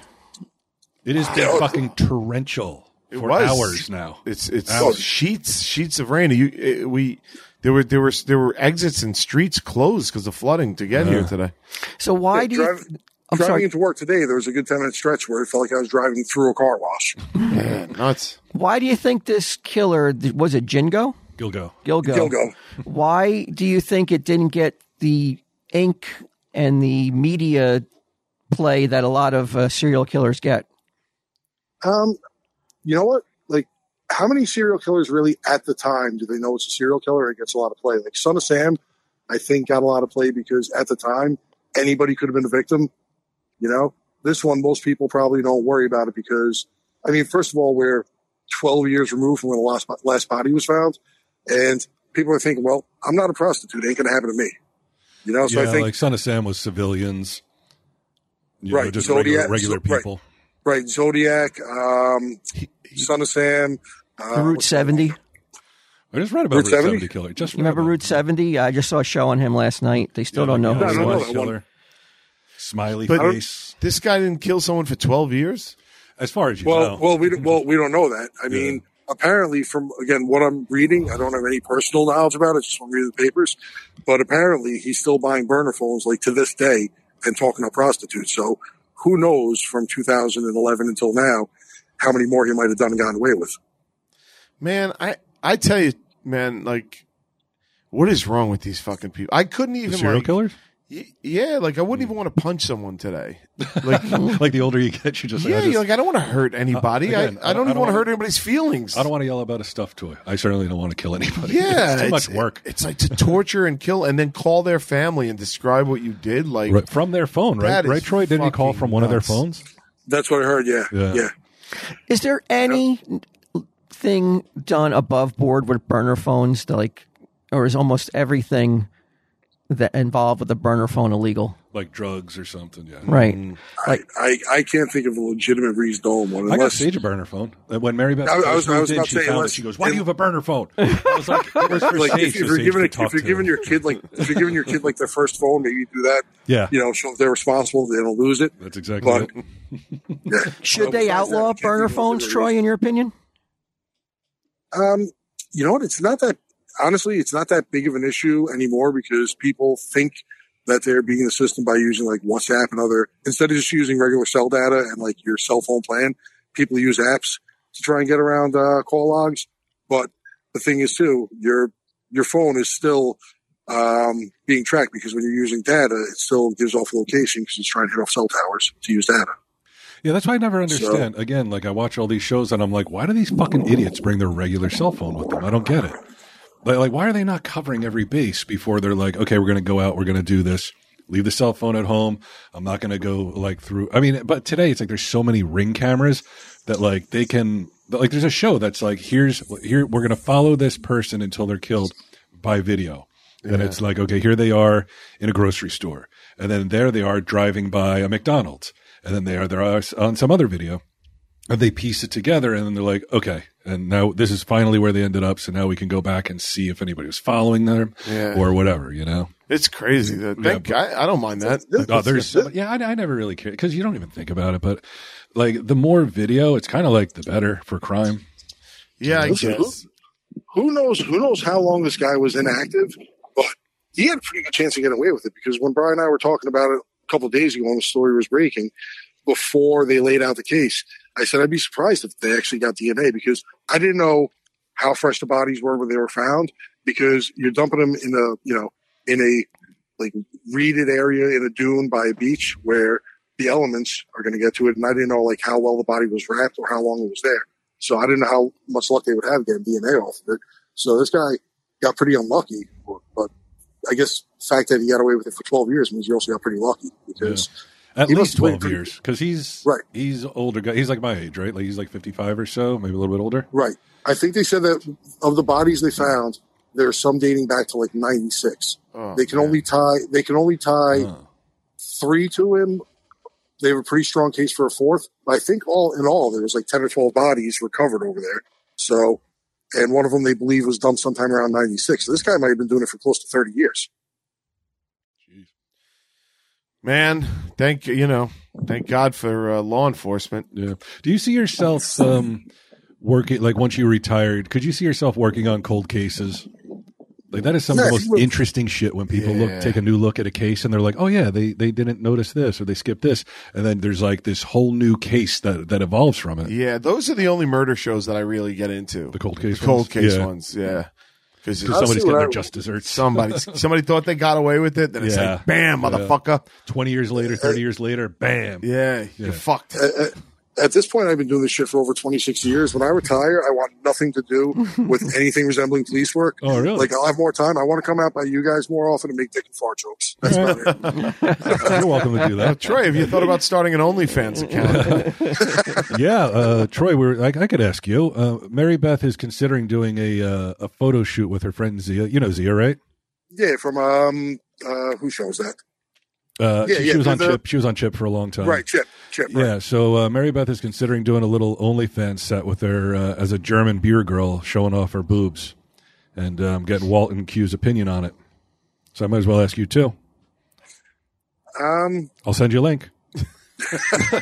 It has been fucking torrential
It
for
was.
hours now.
It's it's
Hours.
sheets sheets of rain. You it, we there were there were there were exits and streets closed because of flooding to get here today.
So why do you?
drive-
I'm
driving
sorry.
into work today, there was a good ten minute stretch where it felt like I was driving through a car wash.
Nuts.
Why do you think this killer was it? Jingo.
Gilgo.
Gilgo.
Gilgo.
Why do you think it didn't get the ink and the media play that a lot of uh, serial killers get?
Um, you know what? Like, how many serial killers really at the time do they know it's a serial killer and it gets a lot of play? Like Son of Sam, I think got a lot of play because at the time anybody could have been a victim. You know, this one most people probably don't worry about it because, I mean, first of all, we're 12 years removed from when the last last body was found, and people are thinking, well, I'm not a prostitute, ain't gonna happen to me. You know, Oh, so
yeah,
I think
like Son of Sam was civilians. You Know,
Right,
just
Zodiac-
regular, regular
so- right.
people.
right, Zodiac, um, Son of Sam, uh,
Route 70. You
I just read about
Route
Route 70,
70
killer. Just read
remember
about
Route
it.
70? I just saw a show on him last night. They still
Yeah,
don't know
the
who
No,
he
no, no,
was.
that
killer.
one-
Smiley
But-
face.
This guy didn't kill someone for twelve years.
As far as you
Well,
know. *laughs*
well, we don't- well we don't know that. I mean, apparently, from again what I'm reading, I don't have any personal knowledge about it. Just from reading the papers, but apparently he's still buying burner phones like to this day and talking to prostitutes. So who knows from 2011 until now how many more he might have done and gotten away with?
Man, I I tell you, man, like what is wrong with these fucking people? I couldn't
The
even
serial
like,
killers?
y- yeah, like I wouldn't even want to punch someone today.
*laughs*
Like
Mm.
like the older you get, you just like,
yeah,
I, just-
you're like I don't want to hurt anybody.
again,
I, I don't even want to
wanna-
hurt anybody's feelings.
I don't want to yell about a stuffed toy. I certainly don't want to kill anybody.
Yeah,
it's too much work.
It's like to torture and kill, and then call their family and describe what you did. Like,
Right, from their phone, right?
That is
Right, Troy? Didn't he call
fucking
from one of their
nuts.
phones?
That's what I heard. Yeah,
Yeah.
yeah.
Is there any thing done above board with burner phones? To like, or is almost everything that involved with a burner phone illegal?
Like drugs or something, yeah.
Right. Like-
I, I I can't think of a legitimate reason to own one
I got
unless
Sage a burner phone. Uh, When Mary Beth
I- I
first
was- I
moved
was
in,
about
she
to say,
found
unless-
it. She goes, "Why do you have a burner
*laughs*
phone?" I was like, "Where's for
like
Sage?"
if,
so
if you're
Sage
giving
could
it, if
talk
you're
to
giving
him.
your kid like if you're giving your kid like their first phone, maybe do that.
yeah,
You know, show if they're responsible, they don't lose it.
that's exactly
But
it.
Should they
Besides that,
outlaw
we can't
burner
do those
phones,
other
Troy? In your opinion?
Um, you know what? It's not that honestly. It's not that big of an issue anymore because people think that they're beating the system by using like WhatsApp and other instead of just using regular cell data and like your cell phone plan. People use apps to try and get around uh, call logs. But the thing is, too, your your phone is still um, being tracked because when you're using data, it still gives off location because it's trying to hit off cell towers to use data.
Yeah, that's why I never understand. Again, like I watch all these shows and I'm like, why do these fucking idiots bring their regular cell phone with them? I don't get it. Like, like why are they not covering every base before they're like, okay, we're going to go out, we're going to do this. Leave the cell phone at home. I'm not going to go like through. I mean, but today it's like there's so many ring cameras that like they can that, like there's a show that's like here's here we're going to follow this person until they're killed by video. And it's like, okay, here they are in a grocery store. And then there they are driving by a McDonald's. And then they are there on some other video. And they piece it together and then they're like, okay, and now this is finally where they ended up. So now we can go back and see if anybody was following them
Yeah.
or whatever, you know?
it's crazy. That
Yeah,
that guy, I don't mind that.
Oh, there's so, yeah, I, I never really care because you don't even think about it. But like the more video, it's kind of like the better for crime.
Yeah, I
Listen,
guess.
who knows who knows how long this guy was inactive, but he had a pretty good chance of getting away with it because when Brian and I were talking about it a couple of days ago when the story was breaking, before they laid out the case, I said I'd be surprised if they actually got DNA because I didn't know how fresh the bodies were when they were found. because you're dumping them in a you know in a like reeded area in a dune by a beach where the elements are going to get to it, and I didn't know like how well the body was wrapped or how long it was there. So I didn't know how much luck they would have getting DNA off of it. So this guy got pretty unlucky, but I guess the fact that he got away with it for 12 years means he also got pretty lucky because
At
He
least
must wait
twelve
for-
years, because he's
Right.
He's older guy. He's like my age, right? Like he's like fifty five or so, maybe a little bit older.
Right. I think they said that of the bodies they found, there are some dating back to like '96.
Oh,
They can
man.
only tie. They can only tie
Huh.
three to him. They have a pretty strong case for a fourth. I think all in all, there was like ten or twelve bodies recovered over there. So, and one of them they believe was dumped sometime around '96. So this guy might have been doing it for close to thirty years.
Jeez.
man. Thank you know, thank God for uh, law enforcement.
Yeah. Do you see
*laughs*
yourself um, working like once you retired? Could you see yourself working on cold cases? Like that is some of the
Yeah,
most
well-
interesting shit when people
Yeah.
look take a new look at a case and they're like, "Oh yeah, they they didn't notice this or they skipped this," and then there's like this whole new case that that evolves from it.
Yeah, those are the only murder shows that I really get into.
The cold case,
cold
ones.
case
yeah. uh,
ones, yeah, because
Because somebody's
see what
getting their
I-
just desserts. *laughs*
somebody somebody thought they got away with it, then it's
Yeah.
like, bam,
Yeah.
motherfucker,
Twenty years later, thirty years later, bam.
yeah,
Yeah.
you're fucked.
At, at- at this point, I've been doing this shit for over 26 years. When I retire, I want nothing to do with anything resembling police work.
Oh really?
Like I'll have more time. I want to come out by you guys more often and make dick and fart jokes. That's about
*laughs*
it.
You're welcome to do
*laughs*
that.
Troy,
uh,
have you thought about starting an
*laughs*
OnlyFans account?
yeah, uh, Troy, we're, I, I could ask you. Uh, Mary Beth is considering doing a uh, a photo shoot with her friend Zia. You know Zia, right?
Yeah, from um, uh, who shows that?
Uh,
Yeah,
she,
yeah,
she was on
the-
Chip. She was on Chip for a long time.
right, Chip, Chip. Right.
Yeah, so uh, Mary Beth is considering doing a little OnlyFans set with her uh, as a German beer girl, showing off her boobs, and um, getting Walton Q's opinion on it. So I might as well ask you too.
Um,
I'll send you a link.
I,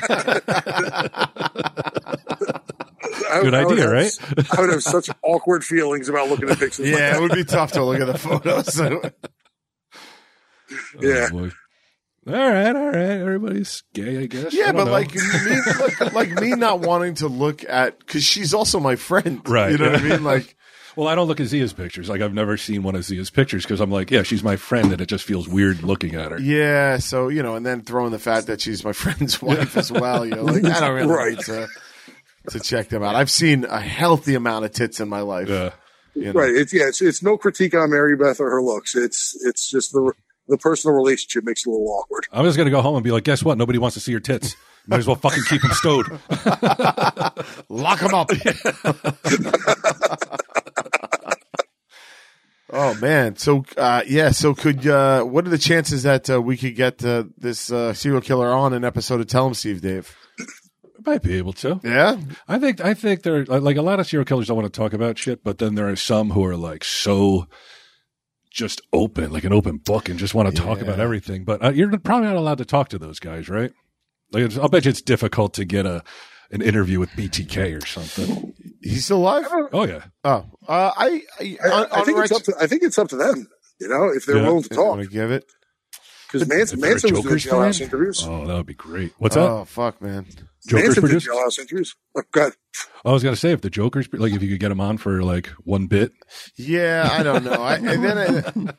Good
I would
idea,
have-
right?
*laughs* I would have such awkward feelings about looking at pictures. like
yeah, it
that.
would be tough to look at the photos. *laughs*
yeah.
Oh, boy. all right, all right. Everybody's gay, I guess. I
yeah,
don't
but
know.
like me, like, like me not wanting to look at because she's also my friend,
Right,
You know what I
yeah. *laughs*
mean? Like,
Well, I don't look at Zia's pictures. Like I've never seen one of Zia's pictures because I'm like, yeah, she's my friend, and it just feels weird looking at her.
yeah, so you know, and then throwing the fact that she's my *laughs* friend's wife as well. You know, like I don't really
Right.
need to, to check them out. I've seen a healthy amount of tits in my life.
Yeah.
you know?
Right. It's yeah. It's, it's no critique on Mary Beth or her looks. It's it's just the the personal relationship makes it a little awkward.
I'm just gonna go home and be like, guess what? Nobody wants to see your tits. Might as well fucking keep them stowed.
Lock
*laughs*
them up. oh man. So uh, yeah. So could uh, what are the chances that uh, we could get uh, this uh, serial killer on an episode of Tell Him Steve Dave?
Might be able to.
Yeah.
I think. I think there are like a lot of serial killers don't want to talk about shit, but then there are some who are like so just open, like an open book, and just want to talk
Yeah.
about everything. But uh, you're probably not allowed to talk to those guys, right? Like, it's, I'll bet you it's difficult to get a an interview with BTK or
*laughs*
something.
He's still alive.
Oh yeah.
Oh, uh, I. I,
I,
on,
I think
on
it's up
right-
to I think it's up to them. You know, if they're
Yeah.
willing to
I'm
talk,
gonna give it.
because Manson,
If you're a
Manson was doing
Joker's
jailhouse
fan?
interviews.
Oh, that would be great. What's that?
Oh fuck, man.
Joker's
Manson did
produced.
jailhouse interviews. Oh, God,
I was gonna say if the Joker's like if you could get him on for like one bit.
Yeah, I don't know. I, and then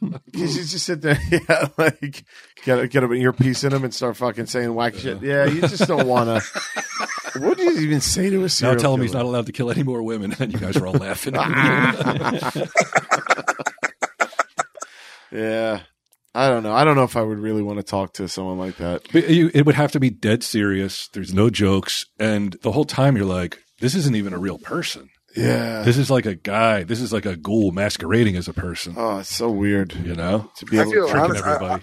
I,
*laughs*
you should just sit there, *laughs* yeah, like get a, get an earpiece in him and start fucking saying whack shit. Yeah, you just don't want to. What do you even say to a
Now
serial
tell him
killer?
he's not allowed to kill any more women, *laughs* and you guys are all laughing.
*laughs*
*laughs*
Yeah. I don't know. I don't know if I would really want to talk to someone like that.
But you- it would have to be dead serious. There's no jokes, and the whole time you're like, this isn't even a real person.
Yeah.
This is like a guy. This is like a ghoul masquerading as a person.
Oh, it's so weird
You know,
to be
I
able
feel-
to
tricking
honest- I-
everybody.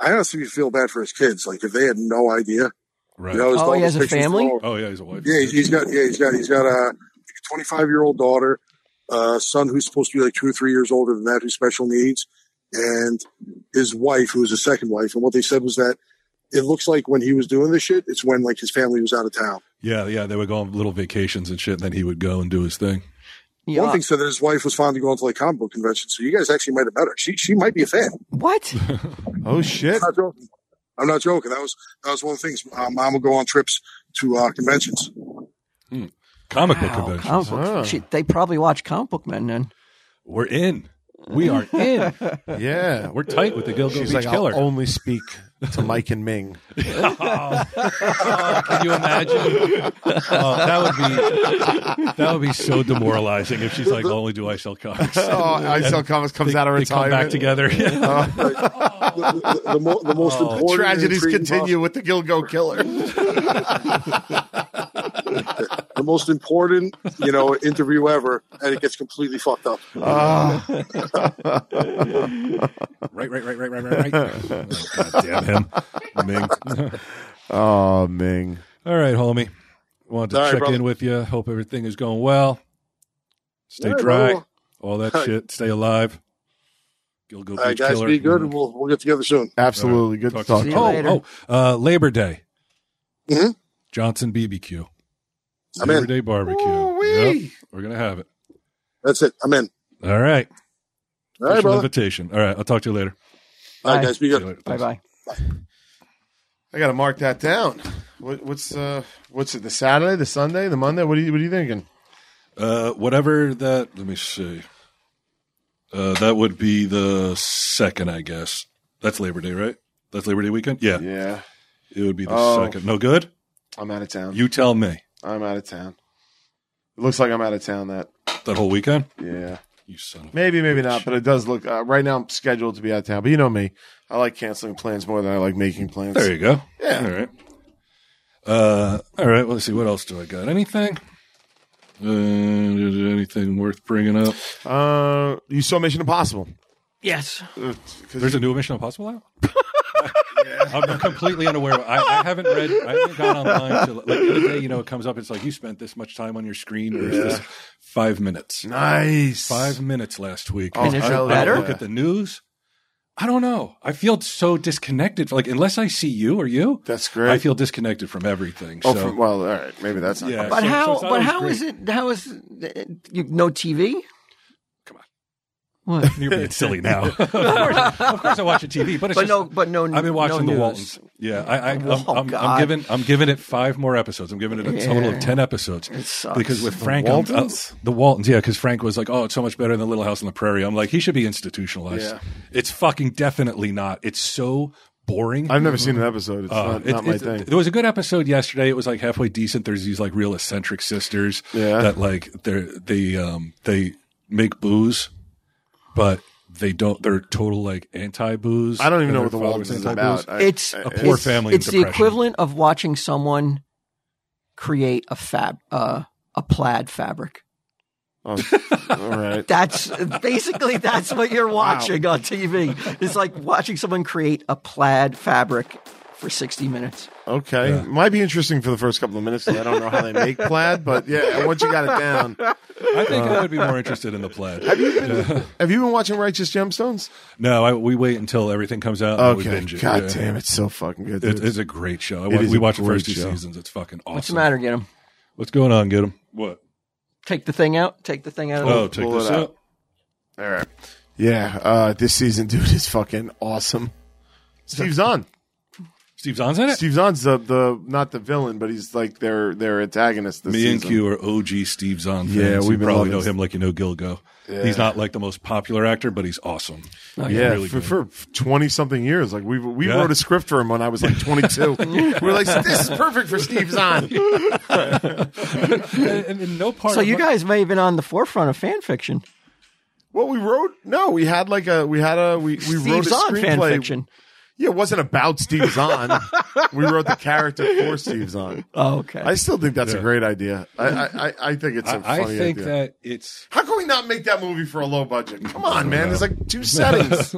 I honestly feel bad for his kids. Like if they had no idea,
right.
you know, his
Oh, he
daughter's
has a
pictures were
family?
all-
Oh yeah, he's a wife.
Yeah, he's- he's got yeah, he's got he's got a twenty five year old daughter, uh, son who's supposed to be like two or three years older than that, who's special needs, and his wife, who was a second wife. And what they said was that it looks like when he was doing this shit, it's when like his family was out of town.
yeah, yeah. They would go on little vacations and shit, and then he would go and do his thing.
One
Yeah.
thing said that his wife was finally going to like comic book convention, so you guys actually might have met her. She she might be a fan.
What?
Oh shit.
*laughs* I'm not joking. I'm not joking. That was that was one of the things. Uh, Mom would go on trips to uh, conventions.
Comic book
Wow,
conventions.
comic book.
Huh.
Shit, they probably watch comic book men then.
We're in. We
*laughs*
are in.
Yeah.
We're tight with the Gilgo
She's
Beach
like, oh,
Killer.
I'll only speak
*laughs*
to Mike and Ming.
Oh. Oh, can you imagine? *laughs* Oh, that would be that would be so demoralizing if she's like, "Only do I sell comics."
Oh, I sell comics comes
they,
out of
they come
retirement.
back together. *laughs*
Uh,
The, the, the, mo- the most
Oh.
important
tragedies
intriguing
continue with the Gilgo Killer. *laughs*
pos- the most important, you know, interview ever, and it gets completely fucked up.
Ah.
right, right, right, right, right, right, right. Oh, *laughs* God damn him, Ming.
oh, Ming.
*laughs* All right, homie. Wanted to
Sorry,
check
brother.
in with you. Hope everything is going well. Stay
Yeah,
dry.
brother.
All
*laughs*
that
Hey.
shit. Stay alive. Gilgo
All right,
Beach
guys,
Killer.
be good, and we'll we'll get together soon.
Absolutely. Good
Talk
talk.
to
See you
oh,
later.
oh, uh, Labor Day.
Mhm.
Johnson BBQ.
I'm
Labor
in.
Day barbecue.
Ooh-wee.
Yep, we're gonna have it.
That's it. I'm in.
All right.
All right,
Special
brother.
invitation. All right. I'll talk to you later.
All right, guys, be
See you
good.
later.
Bye bye.
I got to mark that down. What, what's uh, what's it? The Saturday, the Sunday, the Monday? What are you What are you thinking?
Uh, whatever that. Let me see. Uh, that would be the second, I guess. That's Labor Day, right? That's Labor Day weekend. Yeah,
Yeah,
it would be the
Oh.
second. No good.
I'm out of town.
You tell me
I'm out of town. It looks like I'm out of town. That
that whole weekend.
yeah,
You son of.
maybe maybe not, but it does look uh, right now. I'm scheduled to be out of town, but you know me. I like canceling plans more than I like making plans.
There you go.
Yeah.
All right. Uh, all right. Well, let's see. What else do I got? Anything? Uh, is there anything worth bringing up?
Uh, you saw Mission Impossible.
Yes.
Uh, 'cause-
There's a new Mission Impossible
*laughs*
out. I'm completely unaware. I, I haven't read. I haven't gone online to like the other day. You know, it comes up. It's like you spent this much time on your screen versus this five minutes.
nice
Five minutes last week.
Oh,
And is it
I don't
better?
Look at the news. I don't know. I feel so disconnected. Like unless I see you or you,
That's
I
great.
feel disconnected from everything.
oh,
so
from- well, all right. Maybe that's not.
Yeah.
Yeah.
But
so- so
how?
it's
but
not always
how
great.
is it? How is uh, you, no TV?
Come on.
What?
*laughs* you're
*laughs*
being silly now. *laughs* of, course, of course I watch a TV, but it's
But
just,
no. But no.
I've been watching
no
The
news.
Waltons. Yeah, I, I, I'm,
Oh,
I'm, I'm
God.
giving I'm giving it five more episodes. I'm giving it a total
Yeah.
of ten episodes
It sucks.
because with Frank I'm-
Waltons?
uh, the Waltons, yeah, because Frank was like, "Oh, it's so much better than Little House on the Prairie." I'm like, he should be institutionalized.
Yeah.
It's fucking definitely not. It's so boring.
I've never seen an episode. It's
Uh,
not,
it-
not my
it-
thing.
There was a good episode yesterday. It was like halfway decent. There's these like real eccentric sisters
Yeah.
that like they they um they make booze, but they don't. They're total like anti booze.
I don't even know what the Waltons is about. I-
It's-
I-
A poor
it's,
family in
It's the
depression.
equivalent of watching someone create a fab uh, a plaid fabric.
oh, all right.
That's *laughs* basically that's what you're watching on TV. It's like watching someone create a plaid fabric for 60 minutes.
Okay.
Yeah.
Might be interesting for the first couple of minutes. 'cause I don't know how they make plaid, but yeah, once you got it down.
I think I would be
*laughs*
more interested in the plaid.
Have you been, have you been watching Righteous Gemstones?
*laughs* No, I, we wait until everything comes out. And Oh, we
Okay.
binge it.
God
Yeah.
damn, it's so fucking good.
It-
dude.
it's a great show. I
It
wa-
is
we
a
watched the
great
first two
show.
seasons. It's fucking awesome.
What's the matter? Get him.
What's going on? Get him. What?
Take the thing out. Take the thing out. Of
Oh, take
pull
this
it out.
out.
All right. Yeah. Uh, this season, *laughs* dude, is fucking awesome. Steve Zahn.
Steve Zahn's in it.
Steve Zahn's the, the not the villain, but he's like their their antagonist. This
Me
season.
and Q are OG Steve Zahn fans.
Yeah,
Yeah,
we've
we
been
probably
loving
know
s-
him like you know Gilgo.
Yeah.
He's not like the most popular actor, but he's awesome. He's
Yeah,
really
for,
good.
for twenty something years, like we we
Yeah.
wrote a script for him when I
*laughs*
was like twenty two. we were like, this is perfect for Steve Zahn.
and, and in no part.
So
of
you
my-
guys may have been on the forefront of fan fiction.
Well, we wrote no, we had like a we had a we we
Steve
wrote a
Zahn fan
screenplay.
fiction.
Yeah, it wasn't about Steve Zahn.
*laughs*
we wrote the character for Steve Zahn.
Oh, okay.
I still think that's a great idea. I I, I, I think it's a
I, I
funny
think
idea.
that it's.
How can we not make that movie for a low budget? Come on, man. There's like two
*laughs*
settings.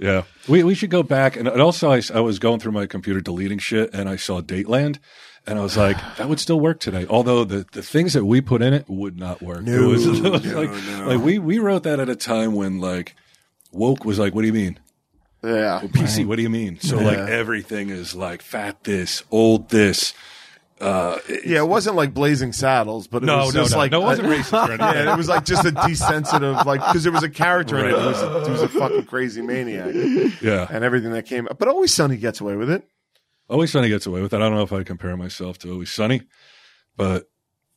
Yeah, we we should go back and, and also I, s- I was going through my computer deleting shit and I saw Dateland. And I
*sighs*
was like, that would still work today. Although the, the things that we put in it would not work. it was, *laughs* it was like, like we, we wrote that at a time when like woke was like, what do you mean?
yeah.
PC, what do you mean? So like everything is like fat this, old this.
Yeah, it wasn't like Blazing Saddles, but it was just like
no, it wasn't
a-
racist or anything.
*laughs* Yeah, it was like just a desensitive, like because there was a character in it
Right.
who was, a, who was a fucking crazy maniac,
yeah.
and everything that came. But always Sunny gets away with it.
Always Sunny gets away with that. I don't know if I compare myself to Always Sunny, but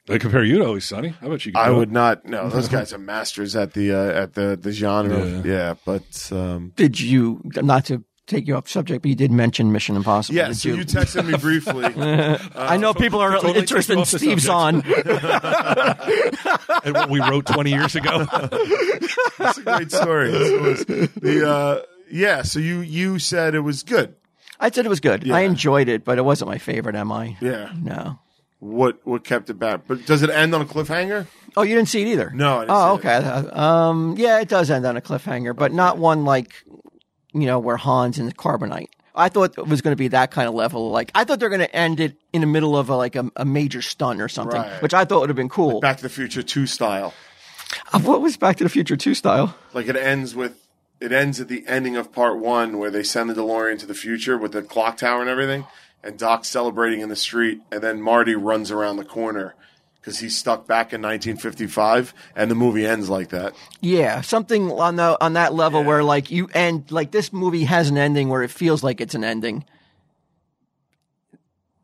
I compare you to Always Sunny. How about you?
I would not. No, those guys are masters at the uh, at the the genre.
Yeah.
Yeah, but um,
Did you not to take you off subject, but you did mention Mission Impossible?
yeah.
did
So you uh, texted me briefly.
I know people are
totally
interested in
off the
Steve's on.
*laughs*
*laughs*
and what we wrote 20 years
*laughs*
ago.
That's a great story. It was the uh, yeah. So you you said it was good.
I said it was good.
Yeah.
I enjoyed it, but it wasn't my favorite. Am I?
Yeah.
No.
What what kept it back? But does it end on a cliffhanger?
Oh, you didn't see it either.
No, I didn't
oh,
see
okay. Um, yeah, it does end on a cliffhanger, but not one like you know where Hans and Carbonite. I thought it was going to be that kind of level. Like I thought they're going to end it in the middle of a, like a, a major stunt or something,
Right.
which I thought would have been cool.
Back to the Future Two style.
Uh, what was Back to the Future Two style?
Like it ends with it ends at the ending of part one where they send the DeLorean to the future with the clock tower and everything, and Doc's celebrating in the street, and then Marty runs around the corner because he's stuck back in 1955, and the movie ends like that.
Yeah, something on the on that level where like you end like this movie has an ending where it feels like it's an ending.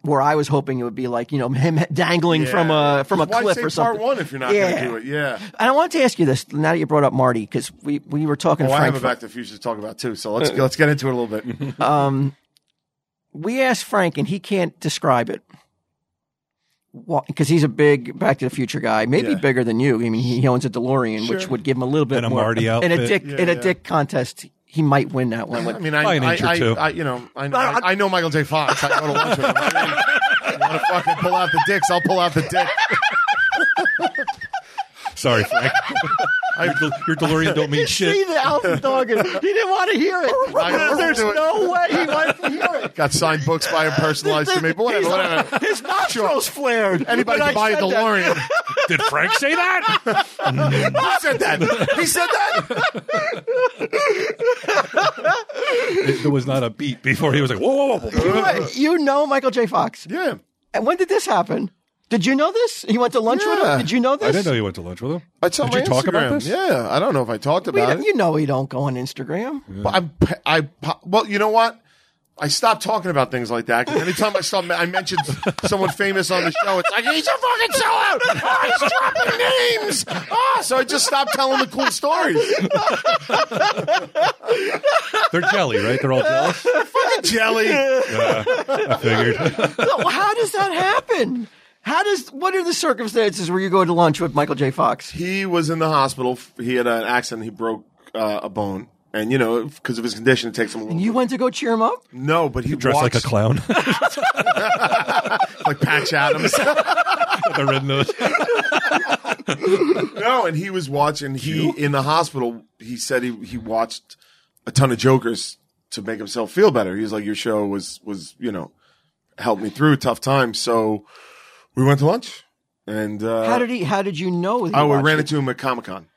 Where I was hoping it would be like you know *laughs* him dangling from a from a
Why
cliff
say
or something.
Part one if you're not
Yeah.
going to do it, yeah.
And I wanted to ask you this now that you brought up Marty because we, we were talking
Well,
to
Oh, I
Frank.
have a Back to the Future to talk about too, so let's let's get into it a little bit.
um, we asked Frank and he can't describe it because he's a big Back to the Future guy, maybe
Yeah.
bigger than you. I mean, he owns a DeLorean, which
Sure.
would give him a little bit
And a
more.
Marty
in a
outfit.
dick in
Yeah,
a
yeah.
dick contest, he might win that one.
I mean,
By
I,
an
I,
inch or
I,
two.
I, you know, I, I, I know Michael J. Fox. I go to watch him. I mean, you want to fucking pull out the dicks? I'll pull out the dick.
Sorry, *laughs* Frank. your, Del- your DeLorean don't mean
you see
shit.
the alpha dog? and *laughs* He didn't want to hear
*laughs* I
it.
will
There's
do it.
no way he
*laughs*
wanted to hear it.
Got signed books by him personalized to me, but whatever,
He's-
whatever.
His nostrils flared.
Anybody
when
can
I
buy a
said that.
DeLorean.
Did Frank say that?
*laughs*
Who said that? He said that.
*laughs* there was not a beat before he was like, whoa, whoa, whoa. whoa.
Right, You know Michael J. Fox.
Yeah.
And when did this happen? Did you know this? He went to lunch with
Yeah.
him. Did you know this?
I didn't know you went to lunch with him.
It's on
Did you
my
talk about
Instagram.
this?
Yeah. I don't know if I talked
We
about
don't-
it.
you know he don't go on Instagram.
But I'm, I, po- well, you know what? I stopped talking about things like that. 'cause Anytime I saw, I mentioned someone famous on the show, it's like he's a
*laughs*
fucking sellout. Oh, he's dropping names. Oh, so I just stopped telling the cool stories.
They're jelly, right? They're all jealous.
Jelly.
*laughs* I figured.
So how does that happen? How does what are the circumstances where you go to lunch with Michael J. Fox?
He was in the hospital. He had an accident. He broke uh, a bone, and you know, because of his condition, it takes him a little.
You went to go cheer him up?
no, but he
*laughs* Dressed like a
walks
clown. *laughs*
like Patch Adams.
*laughs* the red nose.
No, and he was watching. He in the hospital. He said he he watched a ton of Jokers to make himself feel better. He was like, "Your show was was you know helped me through tough times." So we went to lunch, and uh,
How did he? How did you know? He
Oh, we
watched
ran
it?
into him at Comic Con,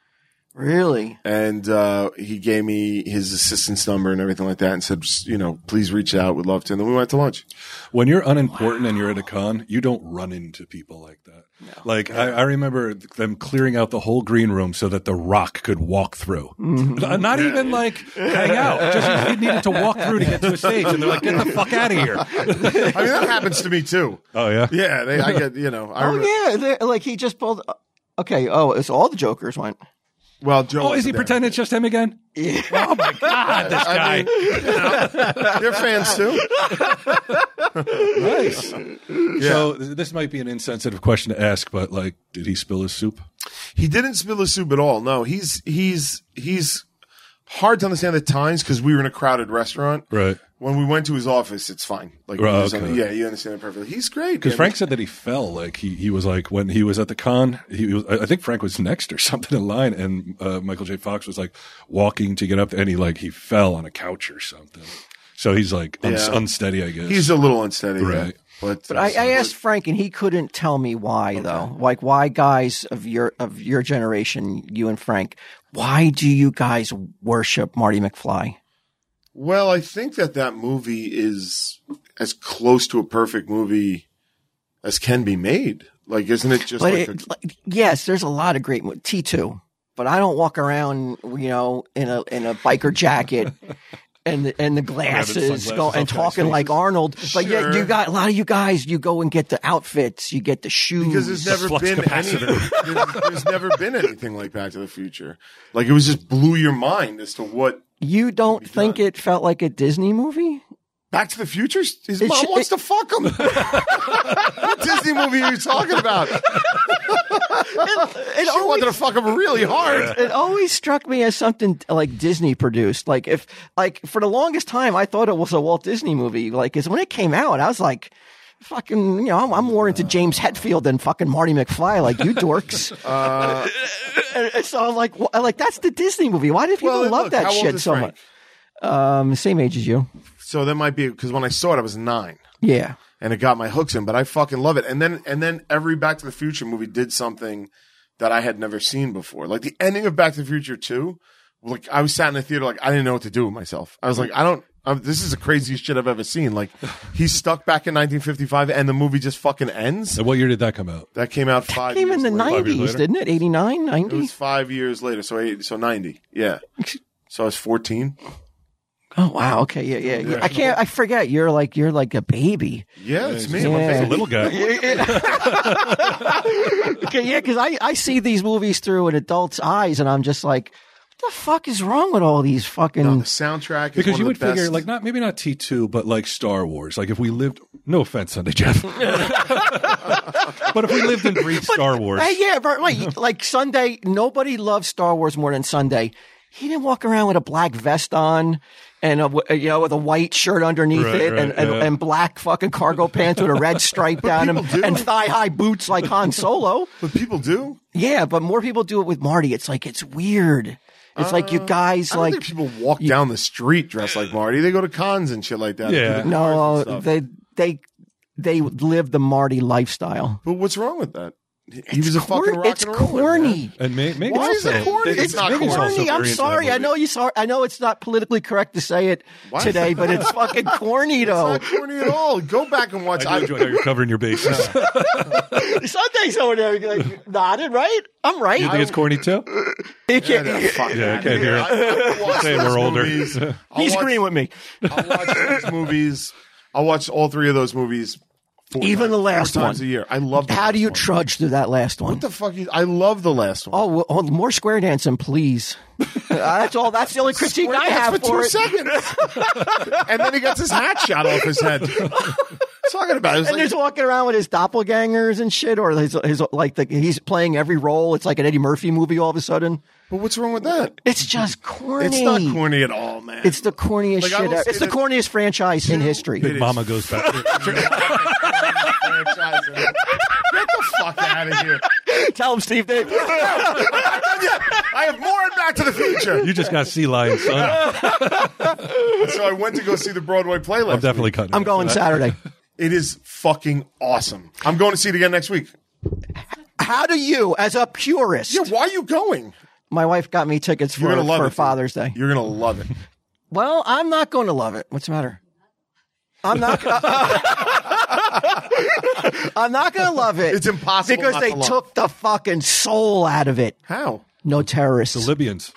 Really?
and uh, he gave me his assistant's number and everything like that, and said, "Just, "You know, please reach out. We'd love to." And then we went to lunch.
*laughs* When you're unimportant and you're at a con, you don't run into people like that. Like I, I remember them clearing out the whole green room so that the Rock could walk through. N- Not even like hang out. Just he needed to walk through to get to a stage, and they're like, "Get the fuck out of here!"
I mean, that happens to me too.
Oh yeah,
Yeah, they, I get you know. I
Oh
remember-
yeah. they're- Like he just pulled. Okay. Oh, it's all the jokers went.
Well, Joe.
Oh, is
wasn't
he
there.
pretending it's just him again? *laughs* Oh my god, *laughs* this guy!
I mean, you know, they're fans too.
nice. So th- this might be an insensitive question to ask, but like, did he spill his soup?
He didn't spill his soup at all. No, he's he's he's hard to understand at times because we were in a crowded restaurant.
Right.
When we went to his office, it's fine. Like,
Right,
there's
okay.
something- yeah, you understand it perfectly. He's great.
Because
man.
Frank said that he fell. Like he, he was like when he was at the con, he was, I I think Frank was next or *laughs* something in line, and uh, Michael J. Fox was like walking to get up, and he like he fell on a couch or something. So he's like un-
Yeah.
unsteady, I guess.
he's a little unsteady, yeah.
Right.
But, uh,
But I, I asked Frank, and he couldn't tell me why though. Like why guys of your of your generation, you and Frank, why do you guys worship Marty McFly?
Well, I think that that movie is as close to a perfect movie as can be made. Like, isn't it just
But it,
like a,
like, yes, there's a lot of great
*laughs*
T two, but I don't walk around, you know, in a in a biker jacket and the, and the glasses,
sunglasses
go,
off
and talking
guys'
like
*laughs*
faces.
Arnold. But yet you
Sure.
got a lot of you guys. You go and get the outfits, you get the shoes.
because there's never
flux
been any, *laughs* there's, there's never been anything like Back to the Future. Like it was just blew your mind as to what
you don't think it felt like a Disney movie?
Back to the Future. His
It
mom
should-
wants to fuck him. *laughs* what Disney movie are you talking about?
It
She wanted to fuck him really hard.
it always struck me as something like Disney produced. Like if like for the longest time, I thought it was a Walt Disney movie. Like, cause when it came out, I was like, fucking, you know, I'm, I'm more into James Hetfield than fucking Marty McFly. Like you
*laughs*
dorks.
Uh,
And- and so I'm like, wh- like that's the Disney movie. Why do people
Well,
love
look,
that
how old
shit
is
so
Frank?
much? Um, same age as you.
So that might be because when I saw it, I was nine.
Yeah.
and it got my hooks in. But I fucking love it. And then and then every Back to the Future movie did something that I had never seen before. Like the ending of Back to the Future Two, like I was sat in the theater, like I didn't know what to do with myself. I was like, I don't. i this is the craziest shit I've ever seen. Like he's stuck back in 1955, and the movie just fucking ends.
And what year did that come out?
That came out five.
Came
years
in the
later.
90s,
years later.
didn't it? 89,
It
90?
was five years later, so eight, so 90. Yeah. So I was 14.
oh, wow. Okay. Yeah. Yeah. yeah. I can't, I forget. You're like, you're like a baby.
Yeah, it's me.
He's
I'm a
Yeah.
a
baby.
little guy.
Okay, yeah, because I, I see these movies through an adult's eyes, and I'm just like, what the fuck is wrong with all these fucking?
No, the soundtrack is
Because
one
you
of
would
the best.
figure, like, not maybe not T two, but like Star Wars. Like, if we lived, no offense, Sunday *laughs* Jeff, but if we lived and breathed Star
*laughs*
Wars,
Hey, yeah, but
*laughs*
like, like Sunday, nobody loves Star Wars more than Sunday. He didn't walk around with a black vest on and a w uh, you know with a white shirt underneath
Right,
it and,
right,
and,
yeah.
and black fucking cargo pants with a red stripe down them
people do.
and thigh high boots like Han Solo.
but people do.
Yeah, but more people do it with Marty. It's like it's weird. It's like you guys
Uh, I don't
like
think people walk down the street dressed like Marty. They go to cons and shit like that.
Yeah.
They do the cars and
no,
stuff.
they they they live the Marty lifestyle.
but what's wrong with that? He he was a
Cor-
fucking rock
it's
and roller. man.
corny.
and Meg, Meg
Why
also,
is it corny?
Meg-
It's not
Meg is
corny.
also
Corny. I'm
very into that
sorry. I
movie.
know you saw. I know it's not politically correct to say it
*laughs* Why?
today, but it's fucking corny
It's
though.
not corny at all. Go back and watch.
I do
I,
enjoy how you're covering your bases. you
Sunday's over there you're like nodded right. I'm right.
think it's corny too?
You can't-
*laughs* Yeah, fuck
Yeah, I
that.
can't hear it.
I- I'll
*laughs*
watch
Saying
those
we're older.
movies. I'll
He's
watch-
agreeing with me.
I'll watch those movies. I'll watch all three of those movies. Four
Even
times,
the last
four times
one.
a year. I love. The
How
last
do you
One.
trudge through that last one?
What the fuck? Is, I love the last one.
Oh, well, oh, more square dancing,
*laughs*
please. Uh, that's all. That's the only critique I have
for two
for it.
seconds,
*laughs*
and then he gets his hat shot off his head. Talking about it, It was
And
like-
there's walking around with his doppelgangers and shit, or his, his like the, he's playing every role. It's like an Eddie Murphy movie all of a sudden.
but what's wrong with that?
It's just corny.
It's not corny at all, man.
It's the corniest
Like, I
shit.
will
ever.
say
It's the
that-
corniest franchise in
It
history.
is.
Mama goes back.
franchise. Get the fuck out of here!
Tell him, Steve. Dave.
I have more in Back to the Future.
You just got sea lion, son.
So I went to go see the Broadway play
I'm
last week.
definitely cutting.
I'm
it.
going Saturday.
It is fucking awesome. I'm going to see it again next week.
How do you, as a purist,
Yeah, why are you going?
my wife got me tickets
You're
for,
gonna love it.
for
dude.
Father's Day.
You're gonna love it.
Well, I'm not going to love it. What's the matter? I'm not. *laughs* I'm not going to love it.
It's impossible
because
not
they
to love.
took the fucking soul out of it.
How?
No terrorists.
Libyans.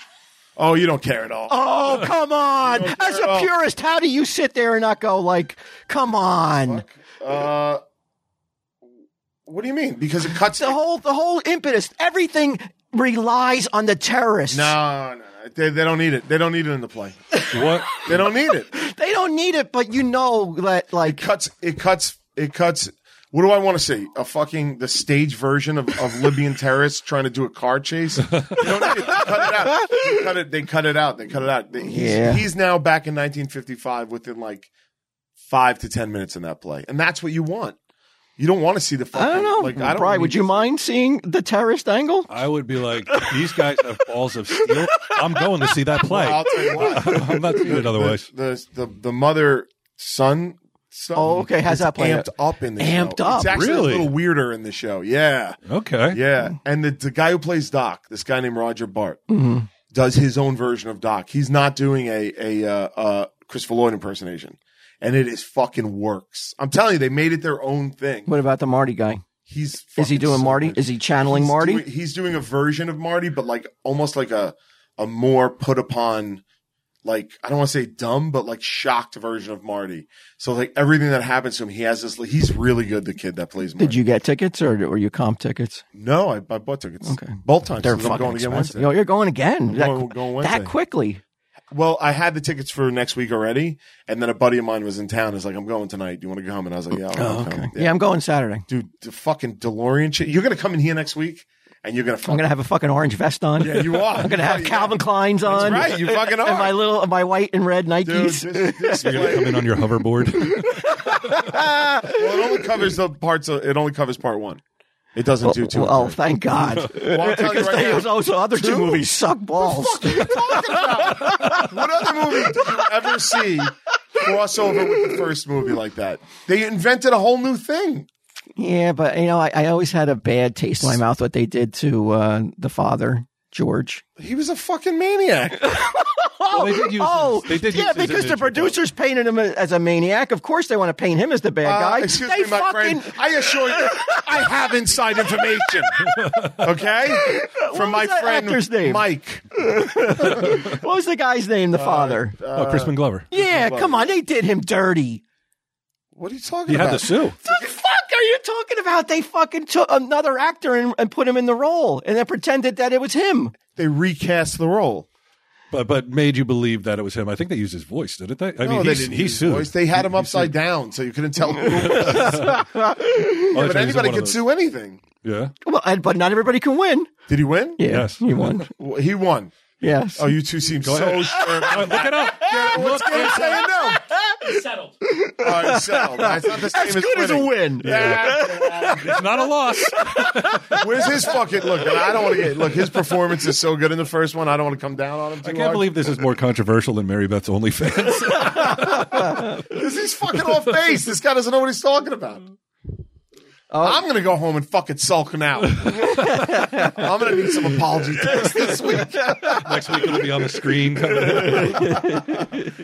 Oh, you don't care at all.
Oh, come on. As
care at
a
all.
purist, how do you sit there and not go like, come on?
Uh, what do you mean? Because it cuts
The whole the whole impetus, everything relies on the terrorists.
No, no, no. They, they don't need it. They don't need it in the play.
What?
They don't need it.
They don't need it, but you know that like
cuts it cuts it cuts what do I want to say? A fucking the stage version of, of Libyan terrorists trying to do a car chase? You don't need it. Cut it out. You cut it- They cut it out. They cut it out. They- He's,
Yeah.
he's now back in 1955 within like five to ten minutes in that play, and that's what you want. You don't want to see the fucking.
I don't know.
Like, I don't
Brian,
need
would you
this.
mind seeing the terrorist angle?
I would be like, these guys have balls of steel. I'm going to see that play.
I'll tell you
*laughs*
what.
I'm not doing it otherwise.
The the, the, the mother son. Stuff
Oh, okay. How's
is
that play out?
Amped up in the
Amped
show.
up,
It's actually
really?
a little weirder in the show. Yeah.
Okay.
Yeah, and the, the guy who plays Doc, this guy named Roger Bart,
Mm-hmm.
does his own version of Doc. He's not doing a a uh, uh, Christopher Lloyd impersonation, and it is fucking works. I'm telling you, they made it their own thing.
What about the Marty guy?
He's
Is he
fucking
doing
so
Marty?
good.
Is he channeling
He's
Marty?
doing- he's doing a version of Marty, but like almost like a a more put upon like I don't want to say dumb, but like shocked version of Marty. So like everything that happens to him, he has this. He's really good. The kid that plays. Marty.
Did you get tickets or were you comp tickets?
No, I, I bought tickets.
Okay.
Both times.
They're
'cause
fucking
I'm going again
expensive.
Wednesday.
Yo, you're going again
I'm
that,
going- going
that
Wednesday.
quickly.
Well, I had the tickets for next week already, and then a buddy of mine was in town. Is like, I'm going tonight. Do you want to come? And I was like, Yeah, I'll
Oh,
come.
okay.
Yeah.
Yeah. I'm going Saturday.
Dude, the fucking DeLorean shit. You're gonna come in here next week, and you're gonna. Fuck
I'm gonna have a fucking orange vest on.
Yeah, you
*laughs*
are.
I'm gonna have
Yeah, you
Calvin
are.
Klein's
That's
on.
right.
*laughs*
You fucking
And my
are.
little, my white and red
Dude,
Nikes.
this, this
You're gonna
way-
come in on your *laughs* hoverboard.
well, it only covers the parts. Of, it only covers part one. It doesn't do two. and
well,
three.
thank
*laughs*
God.
Well, I'll tell you
Because
right now.
*laughs* those, those other two,
Two?
movies suck balls.
What other movie did you ever see crossover with the first movie like that? They invented a whole new thing.
Yeah, but you know, I, I always had a bad taste in my mouth what they did to uh, the father, George.
He was a fucking maniac.
Oh,
they did use
oh,
his- they did
yeah,
use his
because the
image, but-
producers painted him as a maniac. Of course, they want to paint him as the bad
Uh,
guy.
excuse
they
me, my
fucking
friend. I assure you, I have inside information. Okay,
What
from my
was that
friend
actor's name?
Mike.
what was the guy's name?
Uh,
The father.
oh, Crispin Glover.
yeah,
Glover.
come on, they did him dirty.
What are you talking
He
about?
had to sue.
The fuck are you talking about? They fucking took another actor and, and put him in the role, and then pretended that it was him.
they recast the role.
but but made you believe that it was him. I think they used his voice, didn't they? I
No,
mean,
they
he,
didn't
he
use his
sued.
voice. They had him upside down, so you couldn't
*laughs*
tell. Who it was.
Oh, that's
but
right, he's one
anybody
of
could
those.
sue anything.
Yeah.
Well, and, but not everybody can win.
Did he win?
Yeah,
Yes.
he won.
Well, He won.
yes.
Oh, you two seem so
ahead.
sure.
All right, look it up.
What's going to say no?
settled.
All right, so that's not the same
as
as
good as a
winning.
win. Uh,
It's not a
*laughs*
loss.
Where's his fucking look? I don't want to get look. His performance is so good in the first one. I don't want to come down on him. Too
I
hard.
can't believe this is more controversial than Mary Beth's OnlyFans. *laughs*
Because he's fucking off base. This guy doesn't know what he's talking about. I'm gonna go home and fucking sulk now. *laughs* I'm gonna need some apology texts this week.
Next week it'll be on the
*laughs*
screen. Coming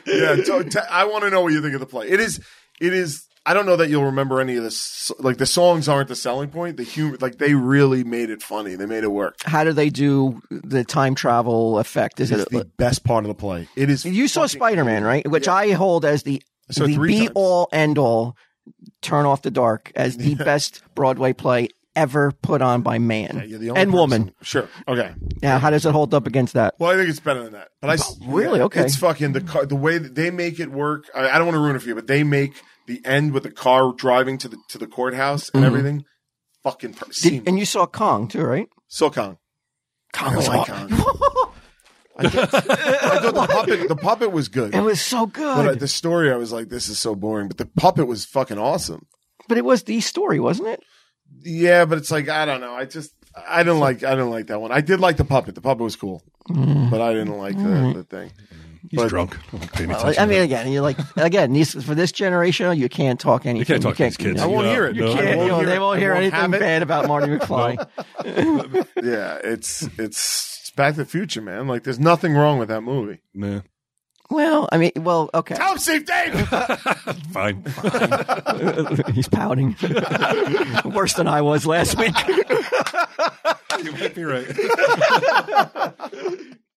Yeah, to, to- I want to know what you think of the play. It is, it is. I don't know that you'll remember any of this. Like the songs aren't the selling point. The humor, like they really made it funny. They made it work.
How do they do the time travel effect? Is
It's
it
the best part of the play. It is.
you saw Spider Man, right? Which I hold as the,
So
the
three
be
times.
all end all. Turn off the dark as
*laughs*
the best Broadway play ever put on by man
Yeah, you're the only
and woman.
person. Sure. Okay.
Now, how does it hold up against that?
Well, I think it's better than that. But I s-
really? Okay.
It's fucking the car, the way that they make it work. I, I don't want to ruin it for you, but they make the end with the car driving to the to the courthouse and everything. Fucking per-
Mm-hmm. Did,
seamless.
and you saw Kong too, right?
Sokong.
Kong was
I like
aw-
I thought the puppet the puppet was good.
It was so
But uh,
good,
the story, I was like, this is so boring. But the puppet was fucking awesome.
but it was the story, wasn't it?
Yeah, but it's like I don't know. I just I didn't like I didn't like that one. I did like the puppet. The puppet was cool,
Mm.
but I didn't like the, the thing.
He's
But-
drunk. I won't pay any
Like,
attention
I
to
mean,
that.
again, you're like, again, these for this generation, you can't talk anything.
you can't talk to these kids.
you
I
know,
won't
No,
hear it.
no,
You
I
can't-
won't
you know,
hear
they
it.
won't
I
hear
won't
anything
have it.
bad about Marty McFly.
Yeah, it's it's Back to the Future, man. Like, there's nothing wrong with that movie.
Nah.
Well, I mean, well, okay.
Help, Steve Dave.
Fine. *laughs*
He's pouting. *laughs* Worse than I was last week.
you might be right.